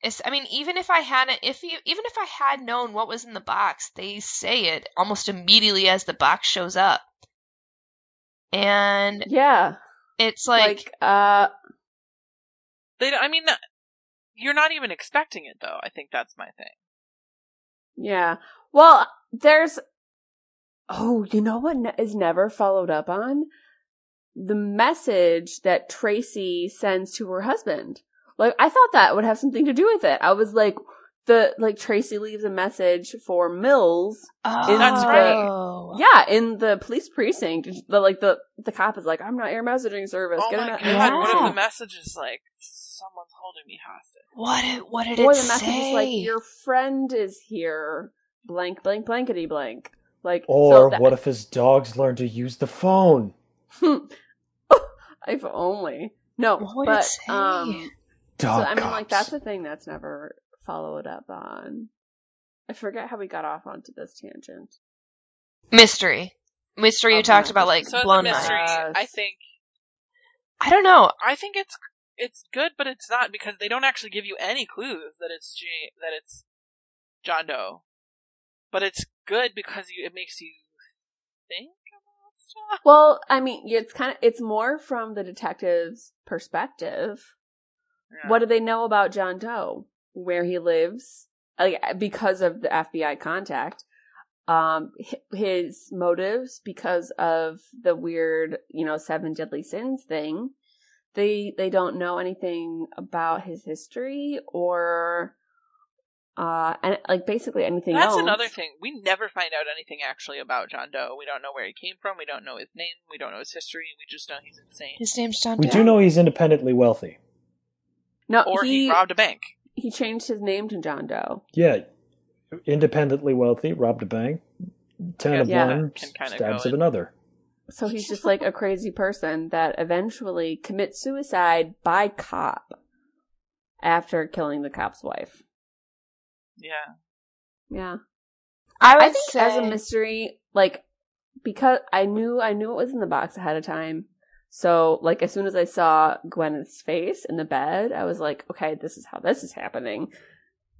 Speaker 3: It's, I mean, even if I hadn't, if you, even if I had known what was in the box, they say it almost immediately as the box shows up, and
Speaker 1: Yeah.
Speaker 3: it's
Speaker 1: Like, uh
Speaker 4: They. I mean, you're not even expecting it though. I think that's my thing.
Speaker 1: yeah. Well, there's Oh, you know what ne- is never followed up on? The message that Tracy sends to her husband. Like I thought that would have something to do with it. I was like the like Tracy leaves a message for Mills
Speaker 3: oh,
Speaker 1: that's
Speaker 4: right.
Speaker 1: Yeah, in the police precinct, the like the the cop is like, "I'm not your messaging service."
Speaker 4: Oh
Speaker 1: Get
Speaker 4: my
Speaker 1: a
Speaker 4: god!
Speaker 1: me-
Speaker 4: What if
Speaker 3: Yeah.
Speaker 4: the message is like someone's holding me hostage?
Speaker 3: What did what did
Speaker 1: Or
Speaker 3: it
Speaker 1: the message
Speaker 3: say?
Speaker 1: is like, "Your friend is here." Blank, blank, blankety, blank. Like,
Speaker 2: Or
Speaker 1: so that,
Speaker 2: what if his dogs learn to use the phone?
Speaker 1: if only no,
Speaker 3: What would it
Speaker 1: but
Speaker 3: say?
Speaker 1: um, so
Speaker 2: Dog
Speaker 1: I mean, like
Speaker 2: cops.
Speaker 1: that's a thing that's never followed up on. I forget how we got off onto this tangent.
Speaker 3: mystery, mystery. You
Speaker 1: Of
Speaker 3: talked about like
Speaker 1: messages.
Speaker 4: So it's a
Speaker 3: blown
Speaker 4: mystery.
Speaker 3: mind.
Speaker 4: I think
Speaker 3: I don't know.
Speaker 4: I think it's it's good, but it's not because they don't actually give you any clues that it's J that it's John Doe. But it's good because you, it makes you think about stuff.
Speaker 1: Well, I mean, it's kind of it's more from the detective's perspective.
Speaker 4: Yeah.
Speaker 1: What do they know about John Doe? Where he lives? Like, because of the FBI contact. Um, hi- his motives because of the weird, you know, seven deadly sins thing. They, they don't know anything about his history or, uh, and like basically anything
Speaker 4: That's
Speaker 1: else.
Speaker 4: another thing. We never find out anything actually about John Doe. We don't know where he came from. We don't know his name. We don't know his history. We just know he's insane.
Speaker 3: His name's John
Speaker 2: We
Speaker 3: Doe.
Speaker 2: do know he's independently wealthy.
Speaker 1: No,
Speaker 4: Or
Speaker 1: he,
Speaker 4: he robbed a bank.
Speaker 1: he changed his name to John Doe.
Speaker 2: Yeah, independently wealthy, robbed a bank, ten
Speaker 4: Yeah,
Speaker 2: of
Speaker 1: yeah.
Speaker 2: one,
Speaker 4: Can kinda
Speaker 2: stabs
Speaker 4: go
Speaker 2: of
Speaker 4: in.
Speaker 2: another.
Speaker 1: So he's just like a crazy person that eventually commits suicide by cop after killing the cop's wife.
Speaker 4: Yeah.
Speaker 1: Yeah.
Speaker 3: I would
Speaker 1: I think
Speaker 3: say
Speaker 1: as a mystery, like because I knew I knew it was in the box ahead of time. So like as soon as I saw Gwyneth's face in the bed, I was like, okay, this is how this is happening.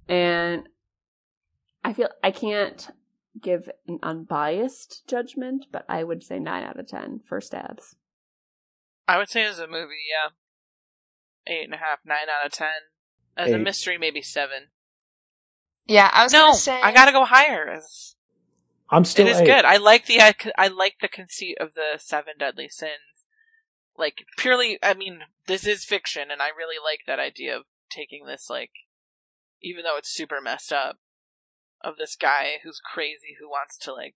Speaker 1: And I feel I can't give an unbiased judgment, but I would say 9 out of 10 for stabs.
Speaker 4: I would say as a movie, yeah. Eight and a half, nine out of ten. As a
Speaker 2: Eight.
Speaker 4: mystery, maybe seven.
Speaker 3: yeah. I was
Speaker 4: no,
Speaker 3: gonna say
Speaker 4: I gotta go higher. As
Speaker 2: I'm still
Speaker 4: it is
Speaker 2: eight.
Speaker 4: good. I like the I, I like the conceit of the seven deadly sins. Like purely, I mean, this is fiction, and I really like that idea of taking this like, even though it's super messed up, of this guy who's crazy who wants to like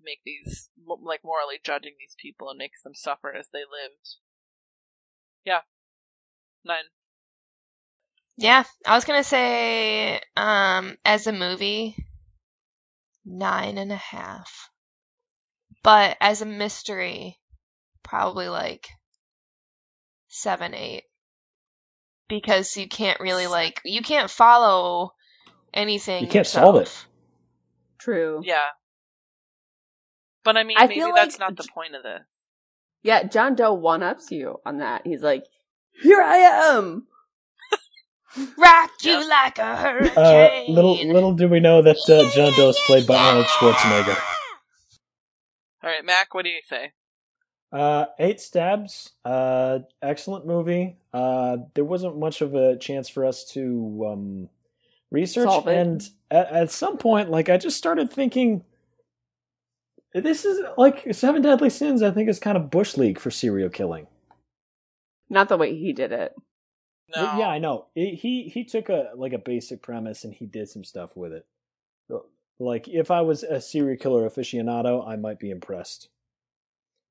Speaker 4: make these mo- like morally judging these people and makes them suffer as they lived. Yeah, nine.
Speaker 3: Yeah, I was gonna say, um, as a movie, nine and a half. But as a mystery, probably like seven, eight. Because you can't really like you can't follow anything.
Speaker 2: You can't solve it.
Speaker 3: yourself.
Speaker 1: True. Yeah.
Speaker 4: Yeah, but I mean,
Speaker 1: I
Speaker 4: maybe
Speaker 1: feel
Speaker 4: that's
Speaker 1: like-
Speaker 4: not the point of this.
Speaker 1: John Doe one ups you on that. He's like, here I am.
Speaker 3: Rock you
Speaker 4: Yep.
Speaker 3: like a hurricane.
Speaker 2: Uh, little little do we know that uh, John Doe is played by Arnold Schwarzenegger.
Speaker 4: All right, Mac, what do you say?
Speaker 2: Uh, Eight Stabs, uh, excellent movie. Uh, there wasn't much of a chance for us to um, research,
Speaker 1: Solve it.
Speaker 2: and at, at some point, like I just started thinking, this is like Seven Deadly Sins. I think is kind of bush league for serial killing.
Speaker 1: Not the way he did it.
Speaker 4: No.
Speaker 2: Yeah, I know. It, he he took a like a basic premise and he did some stuff with it. Like if I was a serial killer aficionado, I might be impressed.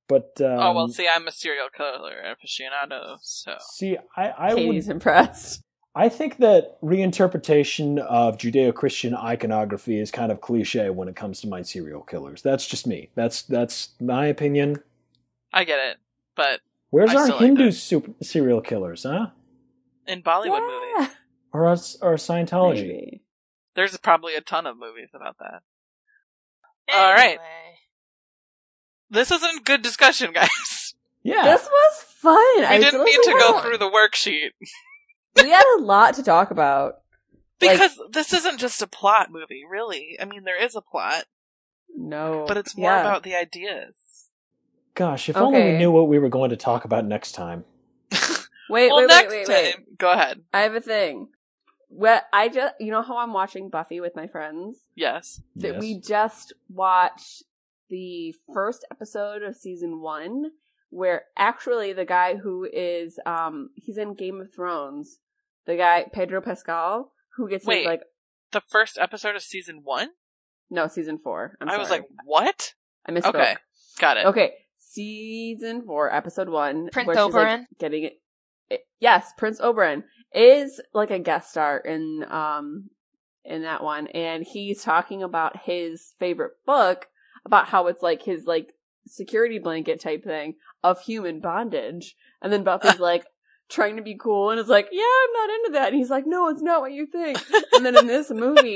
Speaker 2: But um,
Speaker 4: oh well, see, I'm a serial killer aficionado, so
Speaker 2: see, I I would
Speaker 1: Katie's impressed.
Speaker 2: I think that reinterpretation of Judeo-Christian iconography is kind of cliche when it comes to my serial killers. That's just me. That's that's my opinion.
Speaker 4: I get it. But
Speaker 2: Where's
Speaker 4: I
Speaker 2: our
Speaker 4: still like
Speaker 2: Hindu
Speaker 4: that.
Speaker 2: super, serial killers, huh?
Speaker 4: in Bollywood movies,
Speaker 2: Or our, or Scientology?
Speaker 1: Maybe.
Speaker 4: there's probably a ton of movies about that. All right.
Speaker 3: Anyway.
Speaker 4: This isn't good discussion, guys.
Speaker 2: Yeah.
Speaker 1: This was fun.
Speaker 4: We
Speaker 1: I feel
Speaker 4: didn't
Speaker 1: like
Speaker 4: need
Speaker 1: we
Speaker 4: to
Speaker 1: had
Speaker 4: go
Speaker 1: a-
Speaker 4: through the worksheet
Speaker 1: we had a lot to talk about. Like-
Speaker 4: because this isn't just a plot movie, really. I mean, there is a plot,
Speaker 1: No,
Speaker 4: but it's more
Speaker 1: Yeah.
Speaker 4: about the ideas.
Speaker 2: Gosh, if only we
Speaker 1: Okay.
Speaker 2: knew what we were going to talk about next time.
Speaker 1: Wait,
Speaker 4: well,
Speaker 1: wait,
Speaker 4: next
Speaker 1: wait, wait, wait.
Speaker 4: time, go ahead.
Speaker 1: I have a thing. Well, I just you know how I'm watching Buffy with my friends
Speaker 4: Yes.
Speaker 1: that
Speaker 2: Yes.
Speaker 1: we just watched the first episode of season one, where actually the guy who is um he's in Game of Thrones, the guy Pedro Pascal who gets
Speaker 4: Wait.
Speaker 1: his like
Speaker 4: The first episode of season one?
Speaker 1: no season four. I'm
Speaker 4: I was
Speaker 1: sorry.
Speaker 4: like, what?
Speaker 1: I misspoke.
Speaker 4: Okay. Got it.
Speaker 1: Okay, season four, episode one,
Speaker 3: Prince
Speaker 1: where she's
Speaker 3: Oberyn?
Speaker 1: like getting it. it- Yes, Prince Oberon is like a guest star in um in that one, and he's talking about his favorite book about how it's like his like security blanket type thing of human bondage, and then Buffy's like trying to be cool and is like, "Yeah, I'm not into that," and he's like, "No, it's not what you think." And then in this movie,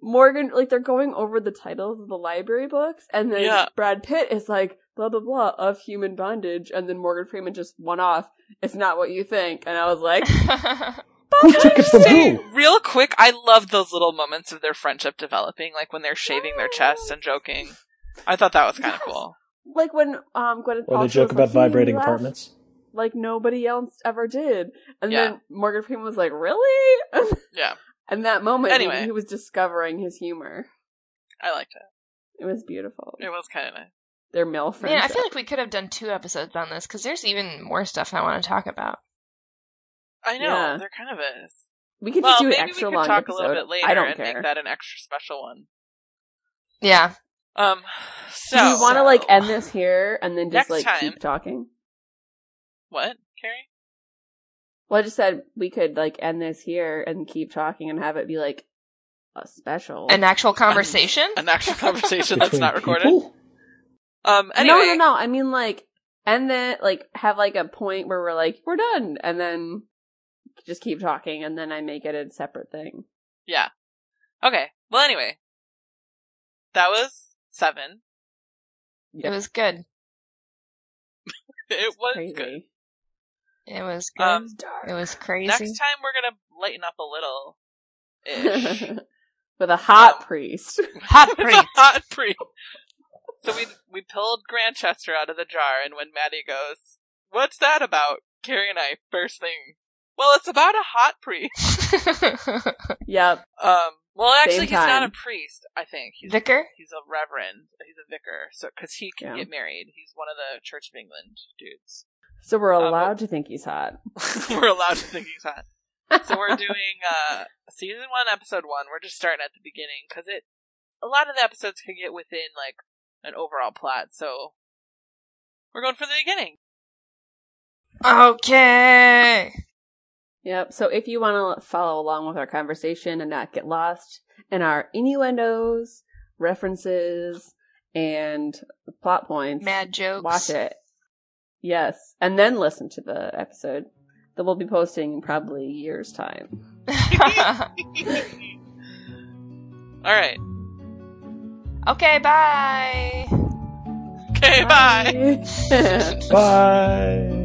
Speaker 1: Morgan, like they're going over the titles of the library books, and then
Speaker 4: Yeah.
Speaker 1: Brad Pitt is like, blah blah blah, of human bondage, and then Morgan Freeman just one off, it's not what you think. And I was like,
Speaker 2: Who took it from
Speaker 4: say
Speaker 2: who?
Speaker 4: real quick, I love those little moments of their friendship developing, like when they're shaving their chests and joking. I thought that was kind of cool.
Speaker 1: like when um Gwyneth Paltrow
Speaker 2: Or they
Speaker 1: was
Speaker 2: joke
Speaker 1: like,
Speaker 2: about
Speaker 1: "He made me
Speaker 2: vibrating
Speaker 1: laugh
Speaker 2: apartments.
Speaker 1: like nobody else ever did, and
Speaker 4: Yeah.
Speaker 1: then Morgan Freeman was like, really?
Speaker 4: Yeah.
Speaker 1: and that moment,
Speaker 4: Anyway.
Speaker 1: he- he was discovering his humor.
Speaker 4: I liked it.
Speaker 1: It was beautiful.
Speaker 4: It was kind of nice.
Speaker 1: Their male
Speaker 3: Man,
Speaker 1: friendship.
Speaker 3: I feel like we could have done two episodes on this because there's even more stuff I want to talk about.
Speaker 4: I know
Speaker 1: Yeah.
Speaker 4: there kind of is.
Speaker 1: we could
Speaker 4: well,
Speaker 1: just do an
Speaker 4: maybe
Speaker 1: extra
Speaker 4: we could
Speaker 1: long
Speaker 4: talk
Speaker 1: episode.
Speaker 4: a little bit later
Speaker 1: I don't
Speaker 4: and
Speaker 1: care.
Speaker 4: make that an extra special one.
Speaker 3: Yeah.
Speaker 4: Um, so
Speaker 1: do we want to like
Speaker 3: So-
Speaker 1: end this here and then just
Speaker 4: Next
Speaker 1: like
Speaker 4: time-
Speaker 1: keep talking?
Speaker 4: what, Carrie?
Speaker 1: Well, I just said we could like end this here and keep talking and have it be like a special.
Speaker 3: An actual conversation?
Speaker 4: An actual conversation that's
Speaker 2: Between
Speaker 4: not recorded.
Speaker 2: people?
Speaker 4: Um, anyway,
Speaker 1: No, no, no. I mean like end then like have like a point where we're like we're done and then just keep talking and then I make it a separate thing.
Speaker 4: yeah. Okay. Well, anyway, that was seven.
Speaker 3: It was good.
Speaker 4: It was
Speaker 1: Crazy.
Speaker 4: good.
Speaker 3: It was good.
Speaker 4: Um,
Speaker 3: it was crazy.
Speaker 4: next time we're gonna lighten up a little. Ish.
Speaker 1: With a hot
Speaker 4: Um,
Speaker 1: priest.
Speaker 3: Hot priest.
Speaker 4: hot priest. So we we pulled Grantchester out of the jar, and when Maddie goes, "What's that about?" Carrie and I first thing. Well, it's about a hot priest.
Speaker 1: yep.
Speaker 4: Um, Well, actually,
Speaker 1: Same
Speaker 4: he's not a
Speaker 1: time.
Speaker 4: priest. I think he's
Speaker 3: Vicar?
Speaker 4: he's a reverend. He's a vicar. So because he can
Speaker 1: Yeah.
Speaker 4: get married, he's one of the Church of England dudes.
Speaker 1: So we're
Speaker 4: well-
Speaker 1: allowed to think he's hot.
Speaker 4: we're allowed to think he's hot. So we're doing uh season one, episode one. We're just starting at the beginning because it a lot of the episodes can get within like an overall plot. So we're going for the beginning.
Speaker 3: Okay.
Speaker 1: Yep. So if you want to follow along with our conversation and not get lost in our innuendos, references, and plot points,
Speaker 3: Mad jokes.
Speaker 1: watch it. Yes. And then listen to the episode that we'll be posting in probably a year's time.
Speaker 4: All right.
Speaker 3: okay, bye.
Speaker 4: Okay. bye.
Speaker 1: Bye.
Speaker 2: Bye.